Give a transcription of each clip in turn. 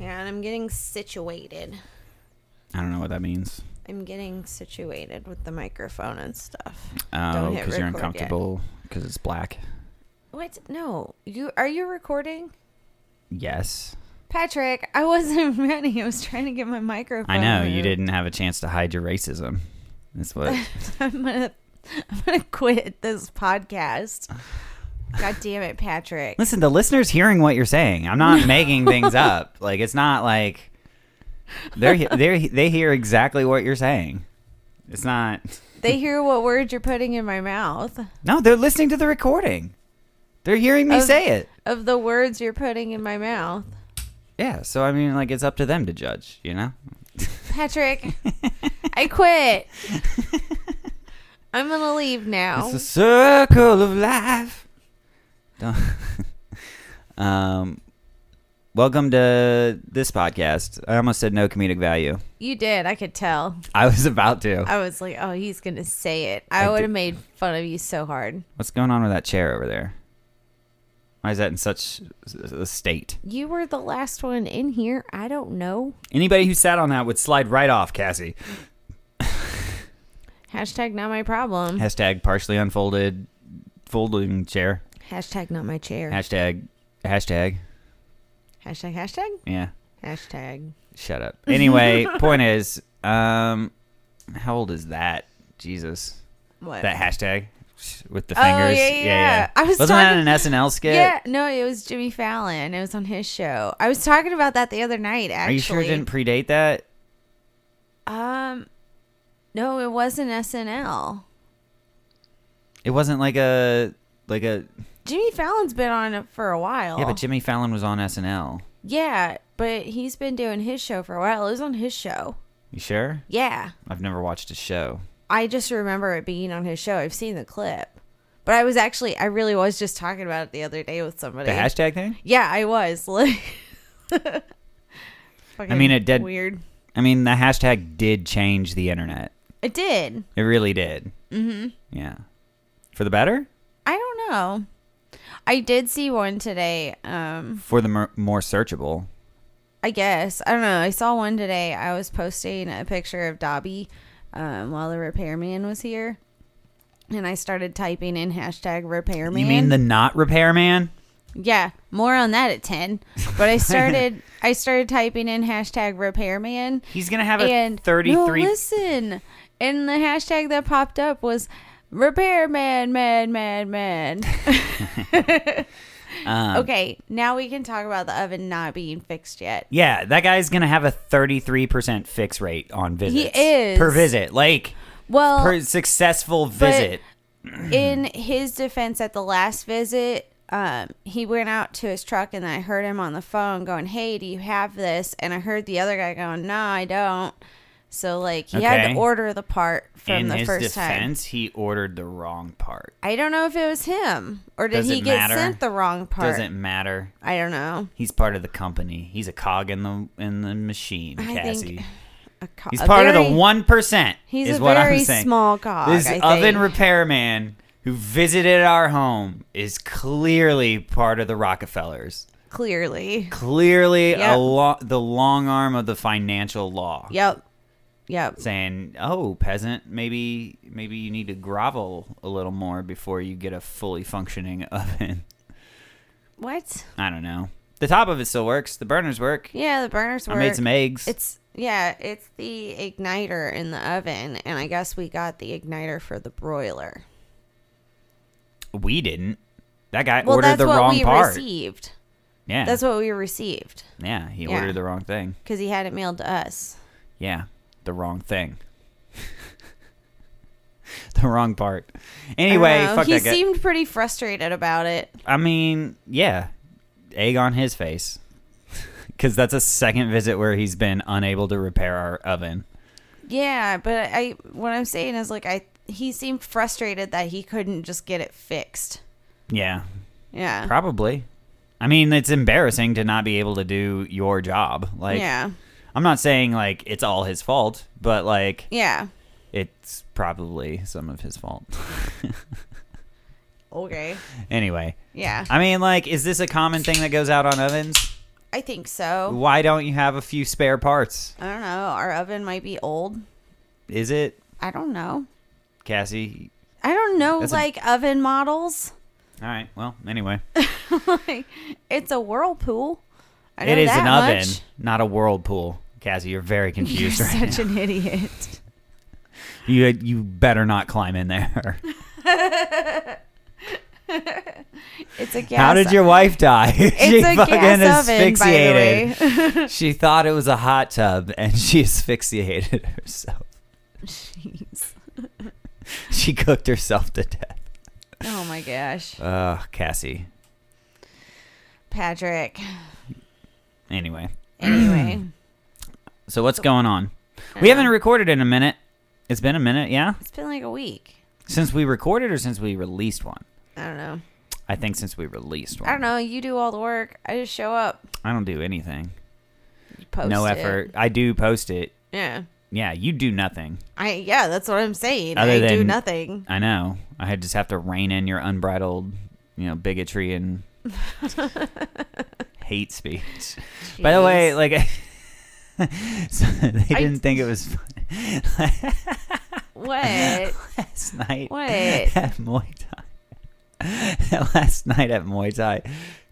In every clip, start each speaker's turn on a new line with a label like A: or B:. A: And I'm getting situated.
B: I don't know what that means.
A: I'm getting situated with the microphone and stuff.
B: Oh,
A: hit
B: because you're
A: record yet.
B: uncomfortable because it's black.
A: What? No. You are you recording?
B: Yes,
A: Patrick, I wasn't ready. I was trying to get my microphone.
B: I know you
A: moved.
B: didn't have a chance to hide your racism. That's what.
A: I'm gonna I'm gonna quit this podcast. God damn it, Patrick.
B: Listen, the listeners hearing what you're saying. I'm not making things up. Like it's not like they're he- they're he- they hear exactly what you're saying. It's not.
A: They hear what words you're putting in my mouth.
B: No, they're listening to the recording. They're hearing me
A: Of-
B: say it.
A: Of the words you're putting in my mouth.
B: Yeah. So I mean, like it's up to them to judge. You know.
A: Patrick, I quit. I'm gonna leave now.
B: It's the circle of life. Don't- um, welcome to this podcast. I almost said no comedic value.
A: you did, I could tell.
B: I was about to.
A: I was like, oh, he's going to say it. I,
B: I
A: would
B: did-
A: have made fun of you so hard.
B: What's going on with that chair over there? Why is that in such s- a state?
A: You were the last one in here. I don't know.
B: Anybody who sat on that would slide right off, Cassie.
A: Hashtag not my problem.
B: Hashtag partially unfolded folding chair.
A: Hashtag not my chair.
B: Hashtag hashtag.
A: hashtag, hashtag,
B: Yeah.
A: hashtag.
B: Shut up. Anyway, point is, um how old is that? Jesus.
A: What?
B: That hashtag with the
A: Oh,
B: fingers.
A: yeah, yeah. I was
B: Wasn't
A: talking-
B: that an SNL skit?
A: yeah, no, it was Jimmy Fallon. It was on his show. I was talking about that the other night, actually.
B: Are you sure it didn't predate that?
A: Um, no, it wasn't SNL.
B: It wasn't like a like a
A: Jimmy Fallon's been on it for a while.
B: yeah, but Jimmy Fallon was on SNL.
A: yeah, but he's been doing his show for a while. It was on his show.
B: You sure?
A: Yeah.
B: I've never watched a show.
A: I just remember it being on his show. I've seen the clip. But I was actually I really was just talking about it the other day with somebody.
B: The hashtag thing?
A: yeah, I was. Like
B: I mean, it did-
A: weird.
B: I mean, the hashtag did change the internet.
A: It did.
B: It really did. Mm-hmm. Yeah. For the better?
A: I don't know. I did see one today. Um
B: For the mer- more searchable.
A: I guess. I don't know. I saw one today. I was posting a picture of Dobby um, while the repairman was here. And I started typing in hashtag repairman.
B: You mean the not repairman?
A: Yeah, more on that at ten. But I started I started typing in hashtag repairman
B: He's gonna have
A: and
B: a thirty-three.
A: No, listen, and the hashtag that popped up was repairman, man, man, man.
B: um,
A: okay, now we can talk about the oven not being fixed yet.
B: Yeah, that guy's gonna have a thirty-three percent fix rate on visits.
A: is.
B: per visit, like
A: Well,
B: per successful visit.
A: in his defense at the last visit um, he went out to his truck and I heard him on the phone going, Hey, do you have this? And I heard the other guy going, No, I don't. So, like, he had
B: Okay.
A: to order the part from
B: In
A: the
B: his
A: first time.
B: defense, he ordered the wrong part.
A: I don't know if it was him or did
B: Does
A: he
B: it
A: get
B: matter?
A: sent the wrong part.
B: Doesn't matter.
A: I don't know.
B: He's part of the company. He's a cog in the in the machine,
A: I think
B: Cassie.
A: A co-
B: He's
A: a
B: part of
A: very-
B: the one percent.
A: He's
B: is
A: a
B: what
A: very
B: I'm saying.
A: small cog,
B: This
A: I
B: oven
A: think.
B: repairman who visited our home is clearly part of the Rockefellers.
A: Clearly.
B: Clearly, a
A: Yep.
B: lo- the long arm of the financial law.
A: Yep. Yep.
B: Saying, "Oh, peasant, maybe maybe you need to grovel a little more before you get a fully functioning oven."
A: What?
B: I don't know. The top of it still works. The burners work.
A: Yeah, the burners were.
B: I made some eggs.
A: It's yeah, it's the igniter in the oven, and I guess we got the igniter for the broiler.
B: we didn't. That guy
A: Well,
B: ordered
A: that's
B: the
A: what
B: wrong
A: we
B: part.
A: received.
B: Yeah.
A: That's what we received
B: yeah, he
A: Yeah.
B: ordered the wrong thing.
A: because he had it mailed to us.
B: Yeah, the wrong thing. the wrong part. Anyway,
A: I don't know.
B: fuck
A: he
B: that guy.
A: seemed pretty frustrated about it.
B: I mean, yeah, egg on his face. Because that's a second visit where he's been unable to repair our oven.
A: Yeah, but I what I'm saying is like I he seemed frustrated that he couldn't just get it fixed.
B: Yeah,
A: Yeah.
B: probably. I mean, it's embarrassing to not be able to do your job. Like,
A: yeah.
B: I'm not saying like it's all his fault, but like
A: Yeah.
B: it's probably some of his fault.
A: Okay.
B: anyway,
A: Yeah.
B: I mean, like, is this a common thing that goes out on ovens?
A: I think so.
B: Why don't you have a few spare parts?
A: I don't know. Our oven might be old.
B: Is it,
A: I don't know.
B: Cassie?
A: I don't know
B: That's a-
A: like oven models.
B: All right. Well, anyway,
A: like it's a whirlpool. I know
B: it is
A: that
B: an oven,
A: much.
B: not a whirlpool. Cassie, you're very
A: You're
B: confused right
A: such an idiot.
B: now. You you better not climb in there.
A: It's a gas.
B: How did your wife die? she
A: It's a
B: fucking
A: gas oven, by the
B: asphyxiated.
A: way.
B: she thought it was a hot tub and she asphyxiated herself.
A: Jeez.
B: She cooked herself to death.
A: Oh my gosh,
B: Ugh, Cassie.
A: Patrick.
B: Anyway,
A: Anyway, Um,
B: so what's going on? We haven't recorded in a minute. It's been a minute, yeah?
A: it's been like a week.
B: Since we recorded or since we released one?
A: I don't know.
B: I think since we released one.
A: I don't know. You do all the work. I just show up.
B: I don't do anything.
A: You post
B: no
A: it.
B: effort. I do post it.
A: Yeah.
B: Yeah, you do nothing.
A: I yeah. That's what I'm saying.
B: Other
A: I do
B: than-
A: nothing.
B: I know. I just have to rein in your unbridled, you know, bigotry and hate speech. By the way,
A: Jeez.
B: like, so they
A: I-
B: didn't think it was funny
A: what?
B: last night
A: What?
B: at Muay Thai. last night at Muay Thai,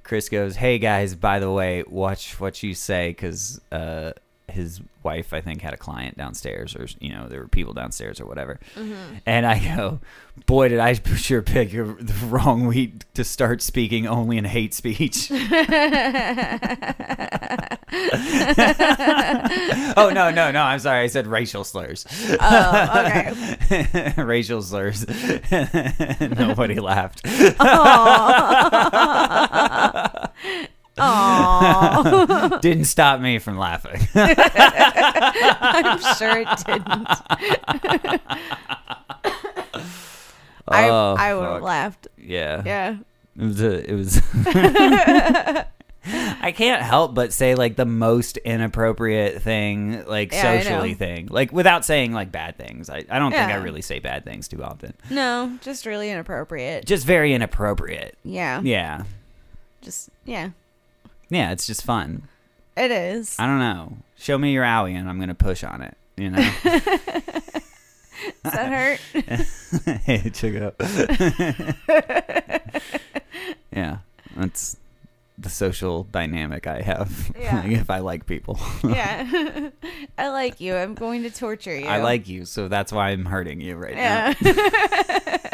B: Chris goes, "Hey guys, by the way, watch what you say because uh, his wife, I think, had a client downstairs, or you know, there were people downstairs or whatever."
A: Mm-hmm.
B: And I go, "Boy, did I sure pick a- the wrong week to start speaking only in hate speech." oh no, no, no! I'm sorry, I said racial slurs.
A: Oh, okay.
B: racial slurs. Nobody laughed.
A: Aw. Aw.
B: Didn't stop me from laughing.
A: I'm sure it didn't. I,
B: Oh,
A: I would have
B: fuck.
A: laughed.
B: Yeah.
A: Yeah.
B: It was. A, it was I can't help but say like the most inappropriate thing, like
A: Yeah, I know.
B: socially thing, like without saying like bad things. I, I don't think
A: Yeah.
B: I really say bad things too often.
A: No, just really inappropriate.
B: Just very inappropriate.
A: Yeah.
B: Yeah.
A: Just, yeah.
B: Yeah. It's just fun.
A: It is.
B: I don't know. Show me your owie and I'm gonna push on it. You know.
A: Does that hurt?
B: hey, check it out. yeah, that's the social dynamic I have.
A: Yeah.
B: Like, if I like people,
A: yeah. I like you. I'm going to torture you.
B: I like you, so that's why I'm hurting you right
A: Yeah.
B: now.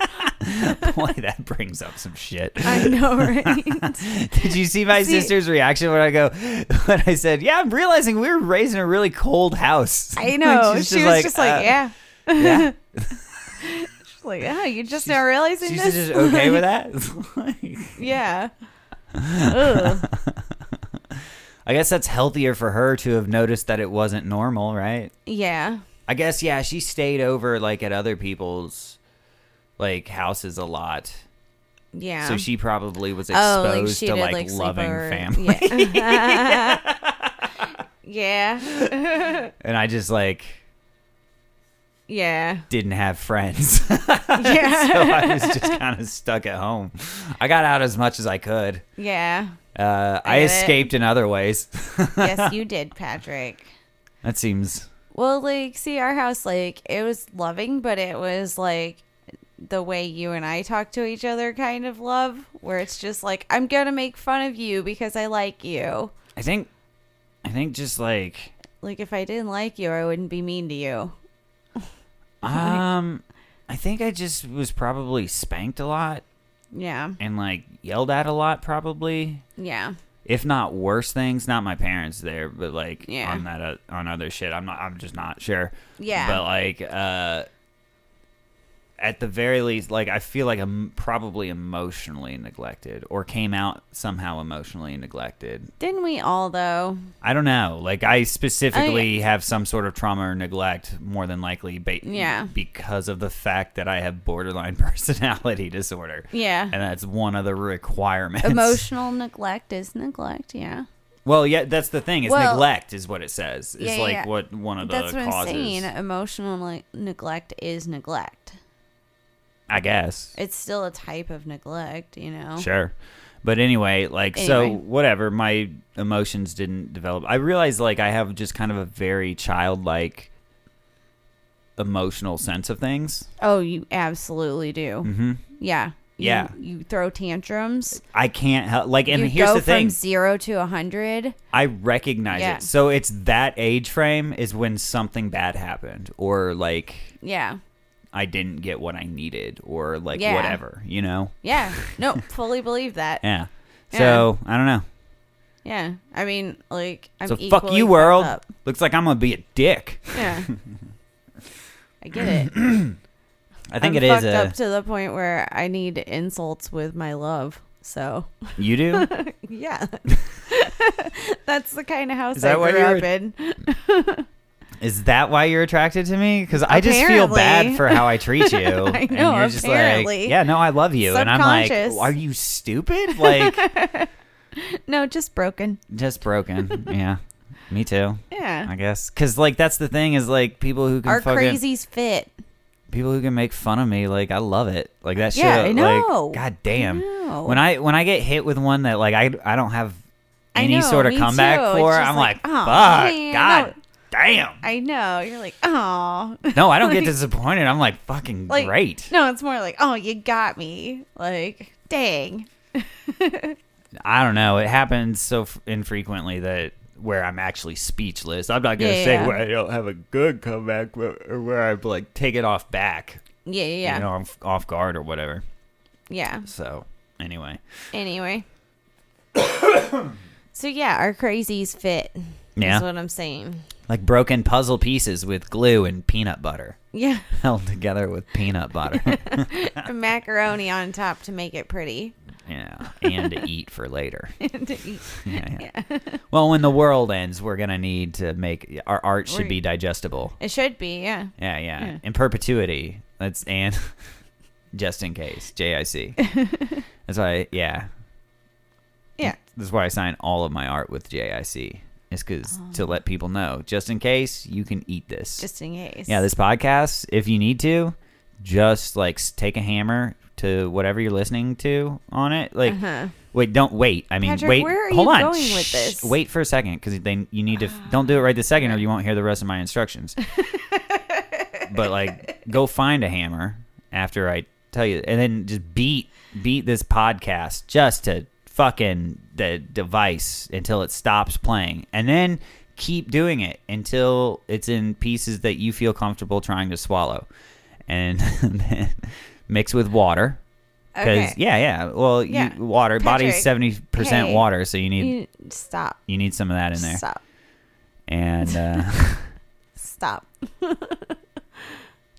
B: Boy, that brings up some shit.
A: I know, right?
B: Did you see my
A: See-
B: sister's reaction when I go when I said, "Yeah, I'm realizing we were raised in a really cold house."
A: I know.
B: She's
A: she was just like,
B: uh,
A: yeah.
B: yeah.
A: She's like, oh, you just
B: she's-
A: now realizing
B: She's
A: this?
B: just okay with
A: Like,
B: that. Like-
A: Yeah. Ugh.
B: I guess that's healthier for her to have noticed that it wasn't normal, right?
A: Yeah.
B: I guess yeah, she stayed over like at other people's like houses a lot.
A: Yeah.
B: So she probably was
A: Oh, like,
B: exposed
A: she
B: to
A: did,
B: like,
A: like,
B: loving
A: sleepover.
B: family.
A: Yeah. yeah.
B: And I just like
A: Yeah.
B: didn't have friends. so
A: Yeah.
B: I was just kind of stuck at home. I got out as much as I could.
A: Yeah.
B: Uh, I,
A: I get it.
B: escaped in other ways.
A: Yes, you did, Patrick.
B: That seems
A: Well, like, see, our house, like, it was loving, but it was like the way you and I talk to each other kind of love, where it's just like, I'm going to make fun of you because I like you.
B: I think I think just like
A: Like, if I didn't like you, I wouldn't be mean to you.
B: um I think I just was probably spanked a lot.
A: Yeah.
B: and like yelled at a lot probably
A: Yeah.
B: if not worse things not my parents there but like
A: Yeah.
B: on that uh, on other shit i'm not i'm just not sure
A: Yeah.
B: but like uh at the very least like i feel like i'm probably emotionally neglected or came out somehow emotionally neglected
A: Didn't we all, though?
B: i don't know like i
A: Oh,
B: specifically have some sort of trauma or neglect more than likely ba-
A: Yeah.
B: because of the fact that i have borderline personality disorder
A: Yeah.
B: and that's one of the requirements
A: Emotional neglect is neglect. Yeah.
B: Well, yeah, that's the thing. It's
A: Well-
B: neglect, is what it says. It's
A: Yeah, yeah,
B: like
A: yeah.
B: what one of the
A: That's what I'm
B: causes.
A: saying. Emotional ne- neglect is neglect.
B: I guess.
A: It's still a type of neglect, you know?
B: Sure. But anyway, like so
A: Anyway.
B: whatever, my emotions didn't develop. I realized like I have just kind of a very childlike emotional sense of things.
A: Oh, you absolutely do.
B: Mhm.
A: Yeah. You-
B: Yeah.
A: You, throw tantrums.
B: I can't help like and
A: you
B: here's
A: go
B: the thing.
A: from zero to a hundred.
B: I recognize
A: Yeah.
B: it. So it's that age frame is when something bad happened or like
A: Yeah.
B: I didn't get what I needed or like
A: Yeah.
B: whatever, you know?
A: Yeah. No, fully believe that.
B: Yeah. So I don't know.
A: Yeah. I mean, like I'm
B: so fuck
A: equally
B: you,
A: fucked
B: world.
A: up.
B: Looks like I'm gonna be a dick.
A: Yeah. I get it.
B: I think
A: I'm
B: it is
A: fucked
B: a
A: up to the point where I need insults with my love. So
B: you do.
A: yeah, that's the kind of house
B: Is that
A: I
B: why
A: grew
B: you
A: up
B: were-
A: in.
B: Is that why you're attracted to me? Because I just feel bad
A: Apparently.
B: for how I treat you.
A: I
B: and
A: know,
B: you're just like,
A: apparently.
B: yeah, no, I love you, and I'm like,
A: Subconscious.
B: are you stupid? Like,
A: No, just broken.
B: just broken. Yeah, me too.
A: Yeah,
B: I guess because like that's the thing is like people who can
A: our
B: fucking
A: crazies fit.
B: people who can make fun of me. Like I love it. Like that shit.
A: Yeah, I know.
B: Like, God damn.
A: No.
B: When I when I get hit with one that like I I don't have
A: I
B: any
A: know,
B: sort of
A: me
B: comeback
A: too. It's
B: for,
A: just
B: I'm like,
A: like, "Aw,
B: fuck,
A: man,
B: God
A: no."
B: damn.
A: I know you're like, oh,
B: No, I don't get
A: Like-
B: disappointed. I'm like fucking
A: like
B: great.
A: No, it's more like, oh, you got me. Like, dang.
B: I don't know. It happens so f- infrequently that where I'm actually speechless. I'm not gonna
A: Yeah,
B: say
A: yeah.
B: where I don't have a good comeback, but or where I like take it off back.
A: Yeah, yeah, yeah.
B: You know, I'm f- off guard or whatever.
A: yeah.
B: So anyway,
A: Anyway. so yeah, our crazies fit.
B: yeah,
A: Is what I'm saying.
B: like broken puzzle pieces with glue and peanut butter
A: Yeah.
B: held together with peanut butter.
A: macaroni on top to make it pretty.
B: yeah, and to eat for later.
A: And eat.
B: Yeah, yeah. well, when the world ends, we're gonna need to make our art should
A: We're-
B: be digestible.
A: It should be, yeah.
B: Yeah, yeah.
A: Yeah.
B: In perpetuity. That's and just in case. JIC. That's why yeah.
A: Yeah.
B: That's why I sign all of my art with JIC. It's cause to
A: Oh.
B: let people know. Just in case you can eat this.
A: Just in case.
B: yeah, this podcast, if you need to, just like s- take a hammer to whatever you're listening to on it. Like
A: Uh-huh.
B: Wait, don't wait. I mean,
A: Patrick,
B: wait.
A: where are
B: hold
A: you
B: on.
A: going with
B: Shh.
A: this?
B: Wait for a second because then you need to. F- don't do it right this second, or you won't hear the rest of my instructions. but like, go find a hammer after I tell you, and then just beat beat this podcast just to fucking the device until it stops playing, and then keep doing it until it's in pieces that you feel comfortable trying to swallow, and then mix with water. Because
A: Okay.
B: yeah, yeah. Well,
A: Yeah.
B: You, water body's
A: Patrick,
B: seventy percent
A: hey,
B: water, so you need you,
A: You- stop.
B: need some of that in there.
A: Stop.
B: And uh,
A: Stop.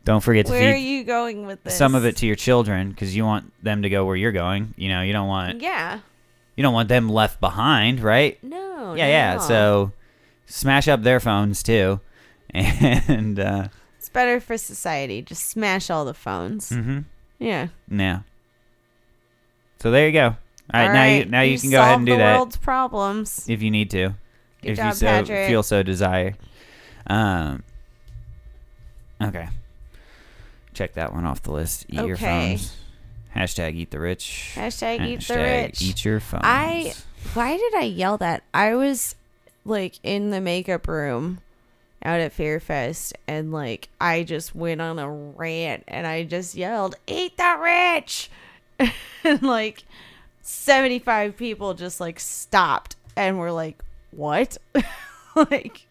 B: don't forget to
A: Where are
B: feed
A: you going with this?
B: some of it to your children because you want them to go where you're going. You know, you don't want
A: Yeah.
B: you don't want them left behind, right?
A: No.
B: yeah, yeah.
A: Oh, no.
B: So smash up their phones too, and uh,
A: it's better for society. Just smash all the phones.
B: mm-hmm.
A: Yeah.
B: yeah. So there you go. All right,
A: All
B: now you
A: right,
B: now you, can go ahead
A: solved
B: and do
A: the
B: that.
A: world's problems.
B: if you need to.
A: Good
B: if you
A: job,
B: so
A: Patrick.
B: feel so desire. Um Okay. Check that one off the list. Eat your
A: Okay.
B: phones. Hashtag eat the rich.
A: Hashtag eat the
B: Hashtag
A: rich.
B: Eat your phones.
A: I- Why did I yell that? I was like in the makeup room out at Fear Fest and like I just went on a rant and I just yelled, Eat the rich and like seventy five people just like stopped and were like, What? like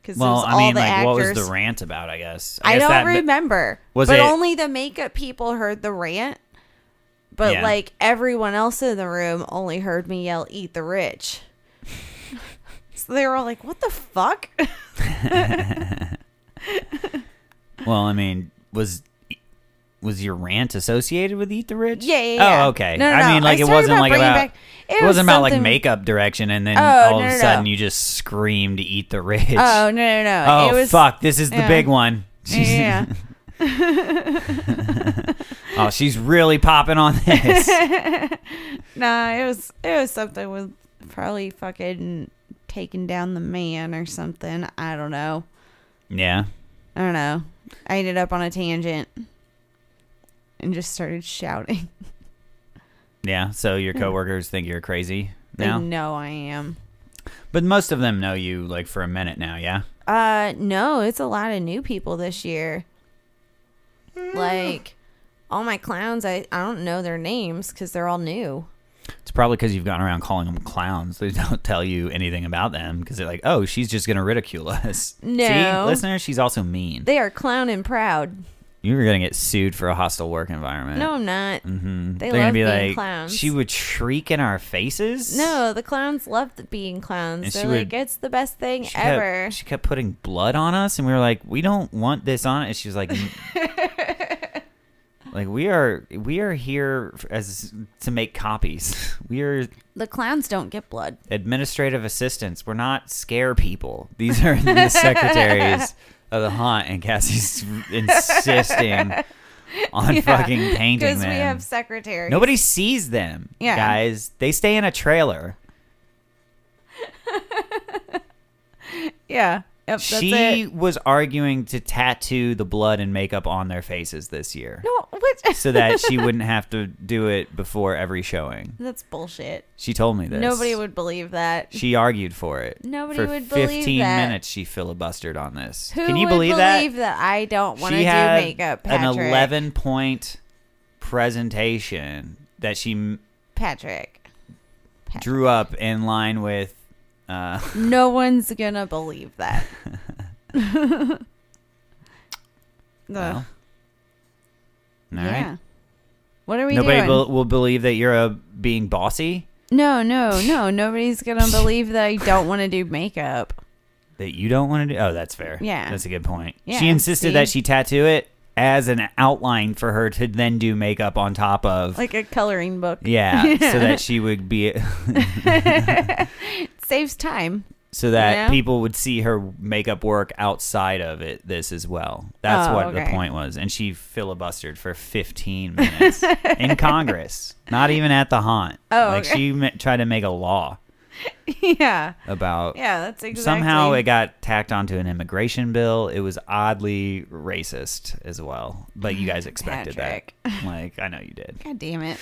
A: because
B: well,
A: was
B: I
A: all
B: mean,
A: the
B: like,
A: actors.
B: what was the rant about? I guess.
A: I
B: guess
A: don't
B: that-
A: remember.
B: Was
A: but
B: it-
A: only the makeup people heard the rant. But
B: Yeah.
A: like everyone else in the room only heard me yell "Eat the rich." so they were all like, "What the fuck?"
B: Well, I mean, was was your rant associated with eat the rich?
A: yeah, yeah, yeah.
B: Oh, okay.
A: No, no,
B: I
A: no.
B: mean, like, it
A: started
B: wasn't like
A: bringing
B: about.
A: back-
B: it
A: was
B: wasn't about like
A: something-
B: makeup direction, and then
A: Oh,
B: all
A: no,
B: of a
A: no,
B: sudden
A: no.
B: you just screamed "Eat the Rich."
A: Oh no, no, no.
B: Oh
A: it was,
B: fuck! This is the
A: yeah.
B: big one.
A: Yeah.
B: oh, she's really popping on this.
A: nah, it was it was something with probably fucking taking down the man or something. I don't know.
B: yeah.
A: I don't know. I ended up on a tangent and just started shouting.
B: Yeah. So your coworkers think you're crazy
A: They
B: now,
A: know I am.
B: but most of them know you like for a minute now. Yeah.
A: Uh, no, it's a lot of new people this year.
B: Mm.
A: Like, all my clowns, I, I don't know their names because they're all new.
B: It's probably because you've gone around calling them clowns. They don't tell you anything about them because they're like, oh, she's just gonna ridicule us.
A: No.
B: See, listener, she's also mean.
A: They are clown and proud.
B: You're gonna get sued for a hostile work environment.
A: No, I'm not.
B: Mm-hmm.
A: They
B: are gonna
A: love
B: be
A: being
B: like,
A: clowns.
B: she would shriek in our faces.
A: No, the clowns love th- being clowns.
B: And
A: They're
B: she
A: like,
B: would-
A: it's the best thing
B: She kept-
A: ever.
B: she kept putting blood on us, and we were like, "We don't want this on." it." And she was like, "Like we are, we are here f- as to make copies. We are
A: the clowns don't get blood.
B: administrative assistants. We're not scare people. These are the secretaries of the haunt." And Cassie's insisting on fucking painting
A: Because
B: them.
A: we have secretaries.
B: Nobody sees them,
A: Yeah.
B: guys. They stay in a trailer.
A: Yeah. Yep, that's
B: she
A: it.
B: was arguing to tattoo the blood and makeup on their faces this year.
A: No, what?
B: so that she wouldn't have to do it before every showing.
A: that's bullshit.
B: She told me this.
A: Nobody would believe that.
B: She argued for it.
A: Nobody
B: for
A: would believe
B: 15
A: that.
B: minutes she filibustered on this.
A: Who
B: Can you
A: would
B: believe, that?
A: I don't want to
B: she
A: do
B: had
A: makeup, Patrick?
B: an 11 point presentation that she m-
A: Patrick. Patrick.
B: drew up in line with uh,
A: No one's gonna believe that. Ugh,
B: well, all right.
A: yeah. What are we
B: Nobody
A: doing?
B: will, will believe that you're uh, being bossy,
A: no, no, no. Nobody's gonna believe that I don't want to do makeup.
B: that you don't want to do. Oh, that's fair.
A: Yeah.
B: That's a good point.
A: Yeah,
B: she insisted
A: see?
B: that she tattoo it as an outline for her to then do makeup on top of.
A: Like a coloring book.
B: yeah, so that she would be
A: Saves time.
B: so that
A: You know?
B: people would see her makeup work outside of it this as well. That's
A: Oh,
B: what the
A: okay.
B: point was. And she filibustered for 15 minutes in Congress, not even at the haunt.
A: Oh,
B: like
A: okay.
B: she ma- tried to make a law
A: yeah.
B: about
A: Yeah, that's exactly.
B: Somehow it got tacked onto an immigration bill. It was oddly racist as well, but you
A: Mm,
B: guys expected that. Like I know you did.
A: God damn it.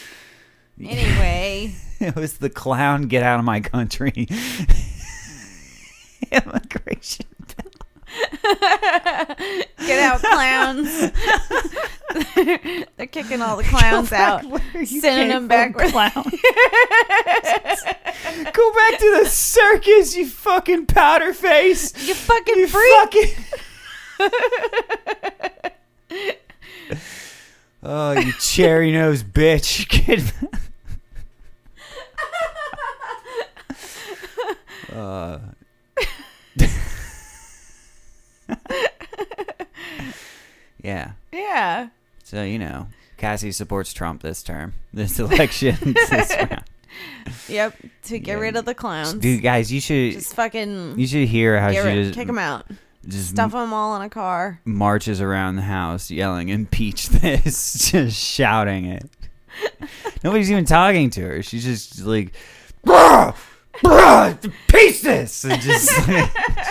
A: Anyway,
B: It was the clown get out of my country immigration.
A: get out, clowns. They're kicking all the clowns out.
B: Where you
A: Sending them
B: came
A: back
B: from,
A: where-
B: Clown. Go back to the circus, you fucking powder face.
A: You fucking
B: You
A: freak.
B: fucking. oh, you cherry nose bitch. Get- uh. yeah.
A: yeah.
B: So, you know, Cassie supports Trump this term, this election, this round.
A: Yep. To get
B: Yeah.
A: rid of the clowns.
B: Dude, guys, you should.
A: Just fucking
B: you should hear how she
A: get rid,
B: just,
A: kick them out.
B: just
A: Stuff them all in a car.
B: marches around the house yelling impeach this just shouting it nobody's even talking to her she's just like bruh bruh impeach this and just,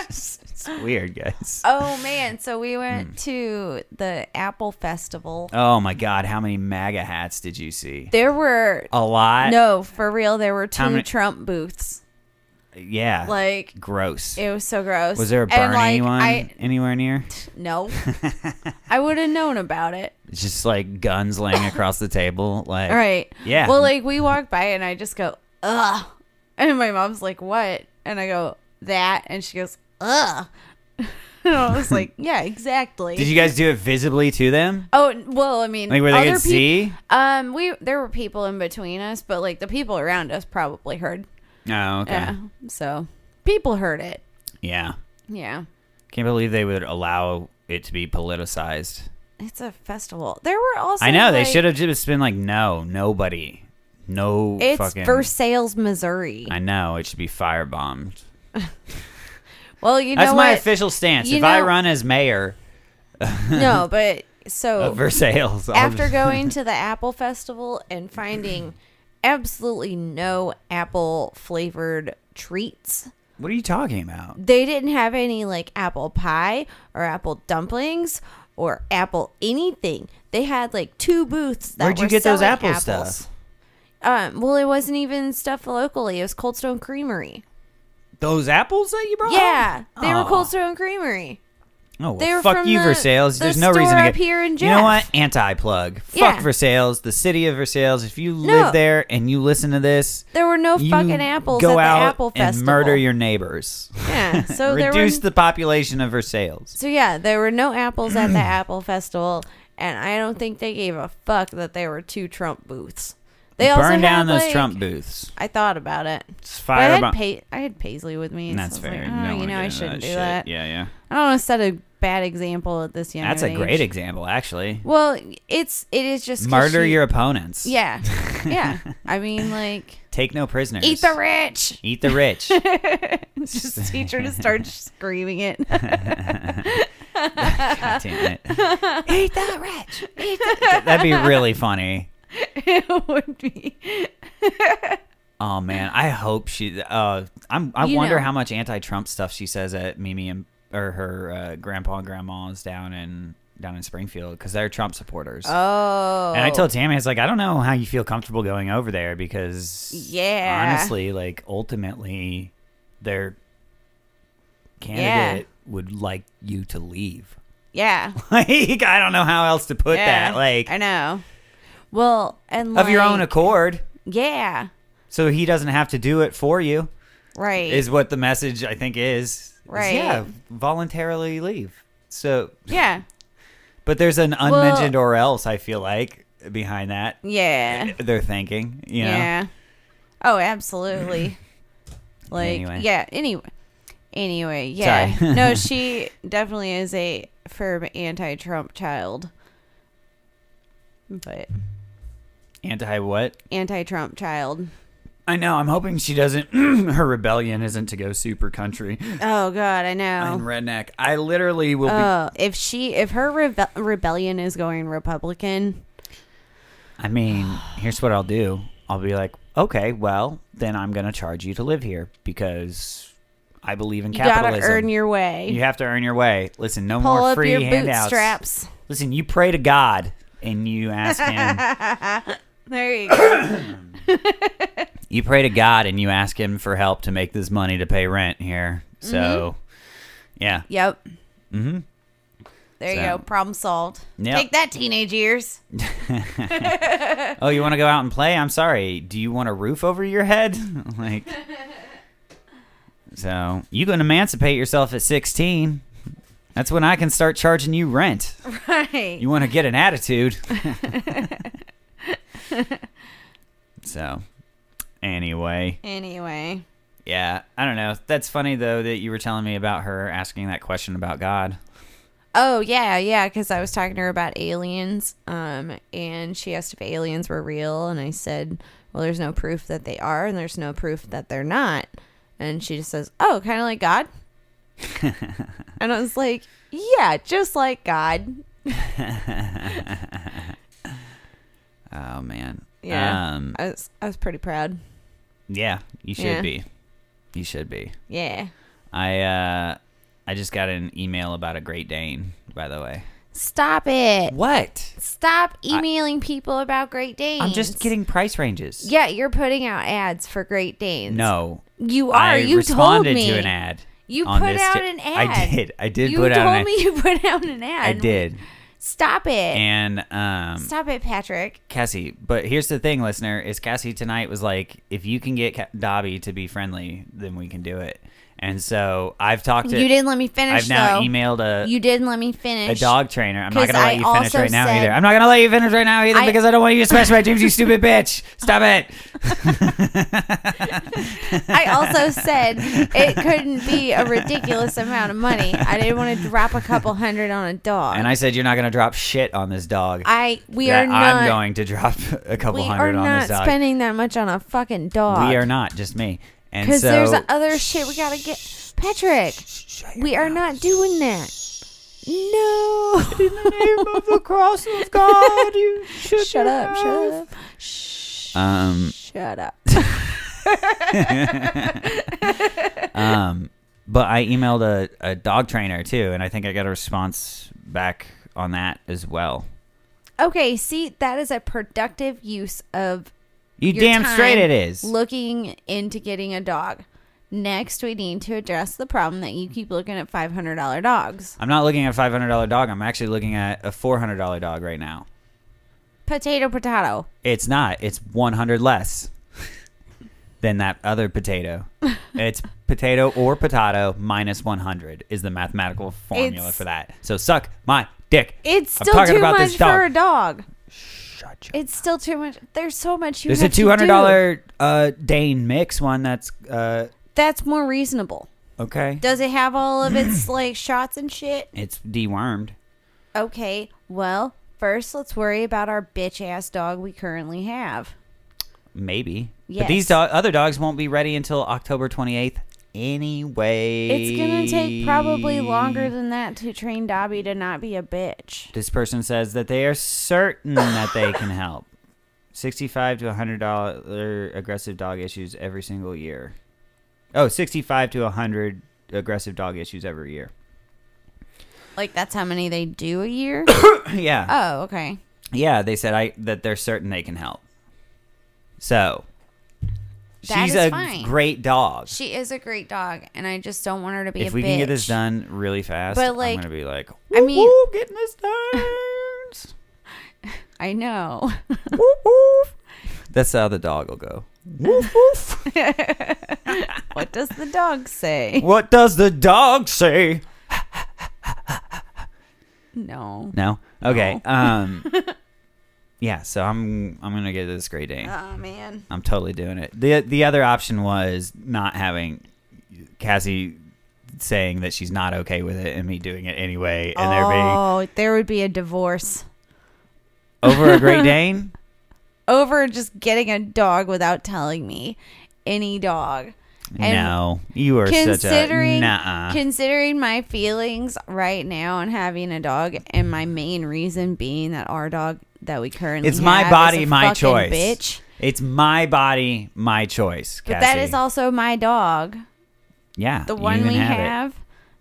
B: it's, it's weird guys
A: Oh man! So we went
B: Hmm.
A: to the Apple Festival.
B: oh my god how many maga hats did you see
A: There were
B: a lot
A: no, for real. There were two
B: How many-
A: Trump booths.
B: yeah
A: Like
B: gross
A: it was so gross.
B: was there a
A: And,
B: Bernie
A: like,
B: one
A: I,
B: anywhere near?
A: no, I would have known about it.
B: It's just like guns laying across the table. Like,
A: All right.
B: Yeah.
A: Well, like we walk by and I just go, ugh. And my mom's like, what? And I go, that. And she goes, ugh. And I was like, yeah, exactly.
B: did you guys do it visibly to them?
A: Oh n- well, I mean,
B: Like where they
A: other peop-
B: could see?
A: Um, we there were people in between us, but like the people around us probably heard.
B: Oh, okay.
A: Yeah, so people heard it.
B: yeah.
A: Yeah,
B: Can't believe they would allow it to be politicized.
A: it's a festival. There were also
B: I know they
A: like,
B: should have just been like, no, nobody, no
A: It's
B: fucking.
A: Versailles, Missouri.
B: I know it should be firebombed.
A: well, you
B: That's
A: know
B: my
A: what?
B: official stance.
A: You
B: if I
A: know-
B: run as mayor
A: no, but so
B: of Versailles, I'll
A: Oh. after
B: just-
A: going to the Apple Festival and finding absolutely no apple flavored treats.
B: what are you talking about?
A: They didn't have any like apple pie or apple dumplings or apple anything. They had like two booths that
B: Where'd you
A: were
B: get those
A: selling
B: apple
A: apples.
B: stuff?
A: Um, well, it wasn't even stuff locally. It was Cold Stone Creamery.
B: Those apples that you brought?
A: Yeah, they were
B: Oh. Aw.
A: Cold Stone Creamery.
B: Oh,
A: They
B: well,
A: were
B: fuck
A: from
B: you,
A: the-
B: Versailles.
A: the
B: There's no reason
A: store
B: to
A: up
B: get
A: here in
B: You know what?
A: Jeff.
B: Anti-plug.
A: Yeah.
B: Fuck Versailles, the city of Versailles. If you
A: No.
B: live there and you listen to this,
A: There were no
B: you
A: fucking apples
B: go
A: at the
B: out
A: Apple Festival.
B: and murder your neighbors.
A: yeah. So there were
B: Reduce the population of Versailles.
A: So yeah, there were no apples at the Apple Festival, and I don't think they gave a fuck that there were two Trump booths. They also
B: Burn down
A: had,
B: those
A: like-
B: Trump booths.
A: I thought about it.
B: It's
A: But I
B: fire
A: had
B: bomb.
A: pa- I had Paisley with me. so
B: That's
A: I was like,
B: fair.
A: "Oh,
B: don't
A: you
B: wanna
A: know
B: get
A: I
B: into
A: shouldn't do
B: shit.
A: that.
B: Yeah, yeah.
A: I don't want to set a bad example at this young.
B: That's
A: of
B: a great
A: age.
B: example, actually.
A: Well, it's it is just 'cause
B: Murder
A: she-
B: your opponents.
A: Yeah, yeah. I mean, like
B: Take no prisoners.
A: eat the rich.
B: Eat the rich.
A: Just teach her to start screaming it.
B: God damn it. Eat the rich. Eat the- That'd be really funny.
A: it would be.
B: Oh man, I hope she. Uh, I'm. I
A: You
B: wonder
A: know.
B: how much anti-Trump stuff she says at Mimi and or her uh, grandpa and grandma's down in down in Springfield because they're Trump supporters.
A: Oh.
B: And I told Tammy, I was like, I don't know how you feel comfortable going over there because,
A: Yeah.
B: honestly, like ultimately, their candidate would like you to leave.
A: Yeah.
B: Like, I don't know how else to put
A: Yeah,
B: that. Like,
A: I know. Well, and
B: of your own
A: like-
B: accord,
A: yeah,
B: so he doesn't have to do it for you.
A: right.
B: is what the message I think is. is,
A: Right.
B: yeah, voluntarily leave. So,
A: yeah,
B: but there's an
A: Well-
B: unmentioned or else I feel like behind that.
A: yeah,
B: They're thinking, you know.
A: yeah. Oh, absolutely. like,
B: Anyway.
A: yeah. Anyway, anyway, yeah.
B: Sorry.
A: no, she definitely is a firm anti-Trump child. But
B: Anti what?
A: anti-Trump child.
B: I know. I'm hoping she doesn't. her rebellion isn't to go super country
A: Oh God, I
B: and
A: know.
B: redneck. I literally will be.
A: Oh, if she, if her rebe- rebellion is going Republican,
B: I mean, here's what I'll do. I'll be like, okay, well, then I'm gonna charge you to live here because I believe in
A: you
B: capitalism.
A: gotta earn your way.
B: you have to earn your way. Listen, no
A: Pull
B: more
A: up
B: free
A: your
B: handouts.
A: bootstraps.
B: Listen, you pray to God and you ask him.
A: There you go.
B: you pray to God and you ask him for help to make this money to pay rent here. So,
A: Mm-hmm.
B: yeah,
A: yep.
B: hmm
A: There you
B: So-
A: go. Problem solved.
B: Yep.
A: Take that, teenage years.
B: Oh, you want to go out and play? I'm sorry. Do you want a roof over your head? like, so you can emancipate yourself at 16. That's when I can start charging you rent.
A: Right.
B: You want to get an attitude. so, anyway.
A: anyway.
B: Yeah, I don't know. That's funny though that you were telling me about her asking that question about God.
A: Oh yeah, yeah. Because I was talking to her about aliens, um, and she asked if aliens were real, and I said, "Well, there's no proof that they are, and there's no proof that they're not." And she just says, "Oh, kind of like God." and I was like, "Yeah, just like God."
B: Oh man.
A: Yeah.
B: Um,
A: I was, I was pretty proud.
B: yeah, you should
A: Yeah.
B: be. You should be.
A: Yeah.
B: I uh I just got an email about a Great Dane, by the way.
A: Stop it.
B: What?
A: Stop emailing people about Great Danes.
B: I'm just getting price ranges.
A: Yeah, you're putting out ads for Great Danes.
B: No.
A: you are.
B: I
A: you
B: responded
A: told me
B: to an ad.
A: You
B: on
A: put
B: this
A: out
B: t-
A: an
B: I
A: ad.
B: did. I did
A: You
B: put
A: told
B: out an ad.
A: me you put out an
B: I
A: ad.
B: did.
A: Stop it.
B: And um
A: Stop it, Patrick.
B: Cassie, but here's the thing, listener, is Cassie tonight was like, if you can get Ca- Dobby to be friendly, then we can do it. And so I've talked to,
A: you didn't let me finish.
B: I've now
A: though.
B: emailed a,
A: You didn't let me
B: a
A: finish.
B: dog trainer. I'm not
A: 'Cause
B: going to
A: I
B: let you finish
A: also
B: right now
A: said-
B: either. I'm not going to let you finish right now either
A: I-
B: because I don't want you to smash my dreams, you stupid bitch. Stop it.
A: I also said it couldn't be a ridiculous amount of money. I didn't want to drop a couple hundred on a dog.
B: And I said, you're not going to drop shit on this dog.
A: I we
B: that
A: are
B: I'm
A: not.
B: going to drop a couple
A: we are
B: hundred on
A: not
B: this dog.
A: spending that much on a fucking dog.
B: we are not, just me. And
A: Because
B: so
A: there's other shit we gotta get. Patrick, we are not doing that. No.
B: name of the cross of God, you
A: shut up. Shut up. Shh.
B: Um,
A: Shut up.
B: um, but I emailed a, a dog trainer too, and I think I got a response back on that as well.
A: Okay, see, that is a productive use of
B: You
A: your
B: damn straight
A: time
B: it is.
A: Looking into getting a dog. Next, we need to address the problem that you keep looking at $500 dogs.
B: I'm not looking at a $500 dog. I'm actually looking at a $400 dog right now.
A: Potato, potato.
B: It's not. It's 100 less than that other potato. it's potato or potato minus 100 is the mathematical formula
A: It's-
B: for that. So suck my dick.
A: It's
B: I'm
A: still
B: talking
A: too
B: about
A: much
B: this
A: for
B: dog.
A: a dog.
B: Shut your
A: It's still too much. There's so much you
B: There's a
A: have
B: two
A: to
B: hundred
A: do.
B: dollar uh, Dane mix one that's uh,
A: That's more reasonable.
B: okay.
A: Does it have all of its like shots and shit?
B: It's dewormed.
A: Okay, well, first let's worry about our bitch ass dog we currently have.
B: Maybe. But
A: Yes.
B: these do- other dogs won't be ready until October 28th anyway.
A: It's gonna take probably longer than that to train Dobby to not be a bitch.
B: This person says that they are certain that they can help. 65 to $100 aggressive dog issues every single year. Oh, 65 to 100 aggressive dog issues every year.
A: Like that's how many they do a year?
B: yeah.
A: oh, okay.
B: Yeah, they said I that they're certain they can help. So
A: That is
B: she's a
A: fine.
B: great dog.
A: She is a great dog and I just don't want her to be
B: If
A: a
B: we
A: bitch.
B: can get this done really fast,
A: But,
B: I'm
A: like,
B: gonna be like,
A: I
B: I
A: mean-
B: mean, whoop, getting this done.
A: I know.
B: whoop, whoop. That's how the dog will go. Woof, woof.
A: what does the dog say?
B: what does the dog say?
A: No.
B: No. Okay. Um. yeah. So I'm I'm gonna get this great Dane.
A: Oh man.
B: I'm totally doing it. the The other option was not having Cassie saying that she's not okay with it, and me doing it anyway, and there being
A: oh, there would be a divorce
B: over a Great Dane.
A: over just getting a dog without telling me. Any dog. And
B: no, you are
A: considering
B: such a nuh
A: considering my feelings right now on having a dog and my main reason being that our dog that we currently
B: It's my
A: have
B: body,
A: is a
B: my
A: fucking
B: choice.
A: bitch
B: It's my body, my choice.
A: but
B: Cassie.
A: that is also my dog
B: Yeah,
A: the
B: you
A: one
B: can
A: we
B: have.
A: have,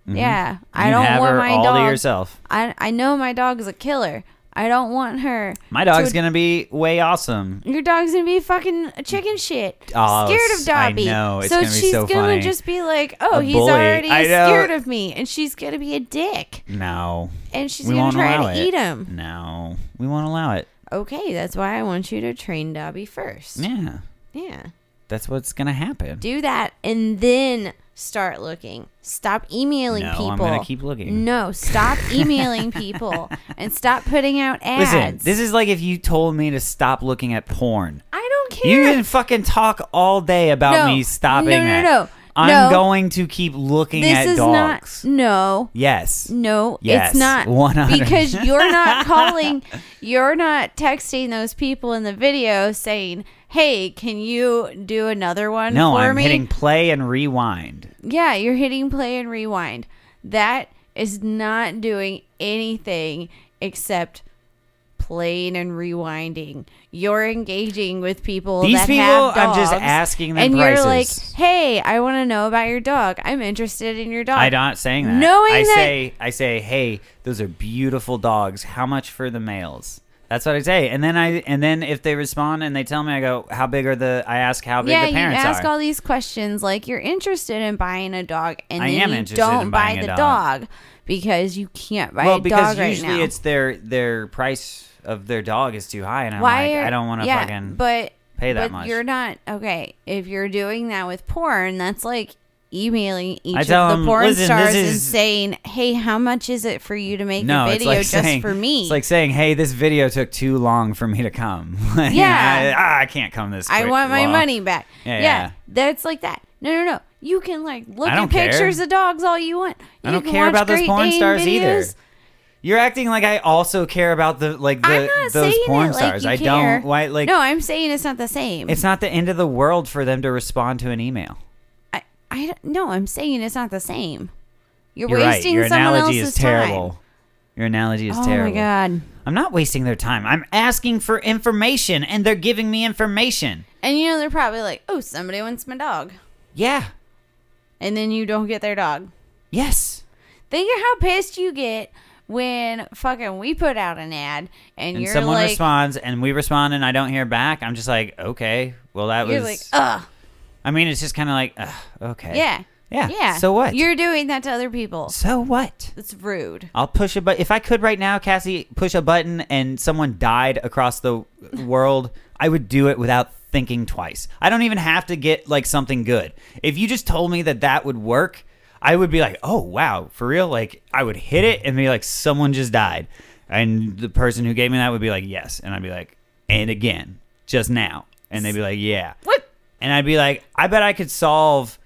B: it. Mhm.
A: yeah
B: You
A: i
B: can
A: don't
B: have
A: want
B: her
A: my
B: all
A: dog
B: to yourself.
A: I, I know my dog is a killer i don't want her
B: My dog's
A: to-
B: gonna be way awesome.
A: your dog's gonna be fucking a chicken shit
B: Oh,
A: scared of
B: s- I
A: Dobby.
B: know. It's
A: so
B: gonna be
A: she's
B: so
A: gonna
B: funny.
A: just be like, "Oh,
B: A
A: he's
B: bully.
A: already
B: I know.
A: scared of me," and she's gonna be a dick,
B: No,
A: and she's
B: we
A: gonna
B: won't
A: try
B: allow
A: to
B: it.
A: eat him.
B: No, we won't allow it.
A: Okay, that's why I want you to train Dobby first.
B: Yeah,
A: Yeah.
B: that's what's gonna happen.
A: Do that and then start looking. Stop emailing
B: no,
A: people.
B: I'm gonna keep looking.
A: no, stop emailing people and stop putting out ads.
B: Listen, this is like if you told me to stop looking at porn.
A: I don't
B: You
A: care.
B: can fucking talk all day about
A: No.
B: me stopping
A: No, no,
B: that.
A: no.
B: I'm
A: No.
B: going to keep looking
A: this
B: at
A: is
B: dogs.
A: not no.
B: yes.
A: No,
B: Yes,
A: it's not
B: 100.
A: because you're not calling, you're not texting those people in the video saying, "Hey, can you do another one
B: No,
A: for
B: I'm
A: me?"
B: hitting play and rewind.
A: Yeah, you're hitting play and rewind. That is not doing anything except playing and rewinding. You're engaging with people.
B: These
A: that
B: people,
A: have
B: I'm just
A: dogs,
B: asking them
A: and you're like,
B: prices.
A: "Hey, I want to know about your dog. I'm interested in your dog."
B: I'm not saying that.
A: Knowing
B: I
A: that-
B: say, I say, hey, those are beautiful dogs. How much for the males? That's what I say. And then I, and then if they respond and they tell me, I go, how big are the? I ask how big
A: Yeah,
B: the
A: you
B: parents
A: ask
B: are.
A: all these questions like you're interested in buying a dog, and
B: I
A: then
B: am
A: you
B: interested
A: don't
B: in
A: buy
B: buying a
A: the
B: dog.
A: dog. because you can't buy
B: well,
A: a
B: because
A: dog right
B: usually
A: now.
B: it's their their price of their dog is too high, and I'm like,
A: are-
B: I don't want to
A: yeah,
B: fucking
A: but
B: pay
A: but
B: that much.
A: You're not okay if you're doing that with porn. That's like emailing each
B: I
A: of
B: tell
A: the
B: 'em,
A: porn
B: "Listen, this
A: stars and
B: is-
A: saying, "Hey, how much is it for you to make
B: no,
A: a
B: it's
A: video
B: like
A: just
B: saying,
A: for me?"
B: It's like saying, "Hey, this video took too long for me to come. Like,
A: Yeah.
B: I, I can't come this.
A: I
B: quick.
A: want my
B: Well,
A: money back.
B: Yeah,
A: Yeah,
B: yeah.
A: that's like that. No, no, no. You can like look
B: I
A: at
B: don't care.
A: pictures of dogs all you want.
B: I
A: You
B: don't
A: can
B: care
A: watch
B: about those
A: Great
B: porn
A: Dane
B: stars either.
A: videos.
B: You're acting like I also care about the like the
A: I'm not
B: those
A: saying
B: porn
A: it like
B: stars.
A: you
B: I
A: care.
B: don't. Why like
A: no, I'm saying it's not the same.
B: It's not the end of the world for them to respond to an email.
A: I, I don't- no, I'm saying it's not the same. You're,
B: You're right.
A: wasting
B: Your
A: someone
B: analogy
A: else's
B: is terrible.
A: time.
B: Your analogy is
A: oh
B: terrible.
A: my god!
B: I'm not wasting their time. I'm asking for information and they're giving me information.
A: And you know they're probably like, "Oh, somebody wants my dog,"
B: Yeah.
A: and then you don't get their dog.
B: Yes.
A: Think of how pissed you get when fucking we put out an ad and,
B: and
A: you're
B: someone
A: like,
B: responds and we respond and I don't hear back, I'm just like, okay, well that
A: you're
B: was.
A: like, ugh,
B: I mean, it's just kind of like, ugh, okay,
A: yeah,
B: yeah,
A: yeah.
B: So what?
A: You're doing that to other people.
B: so what?
A: It's rude.
B: I'll push a button. If I could right now, Cassie, push a button and someone died across the world, I would do it without thinking twice. I don't even have to get like something good. If you just told me that that would work, I would be like, oh, wow, for real? Like, I would hit it and be like, someone just died. And the person who gave me that would be like, yes. And I'd be like, and again, just now. And they'd be like, yeah.
A: What?
B: And I'd be like, I bet I could solve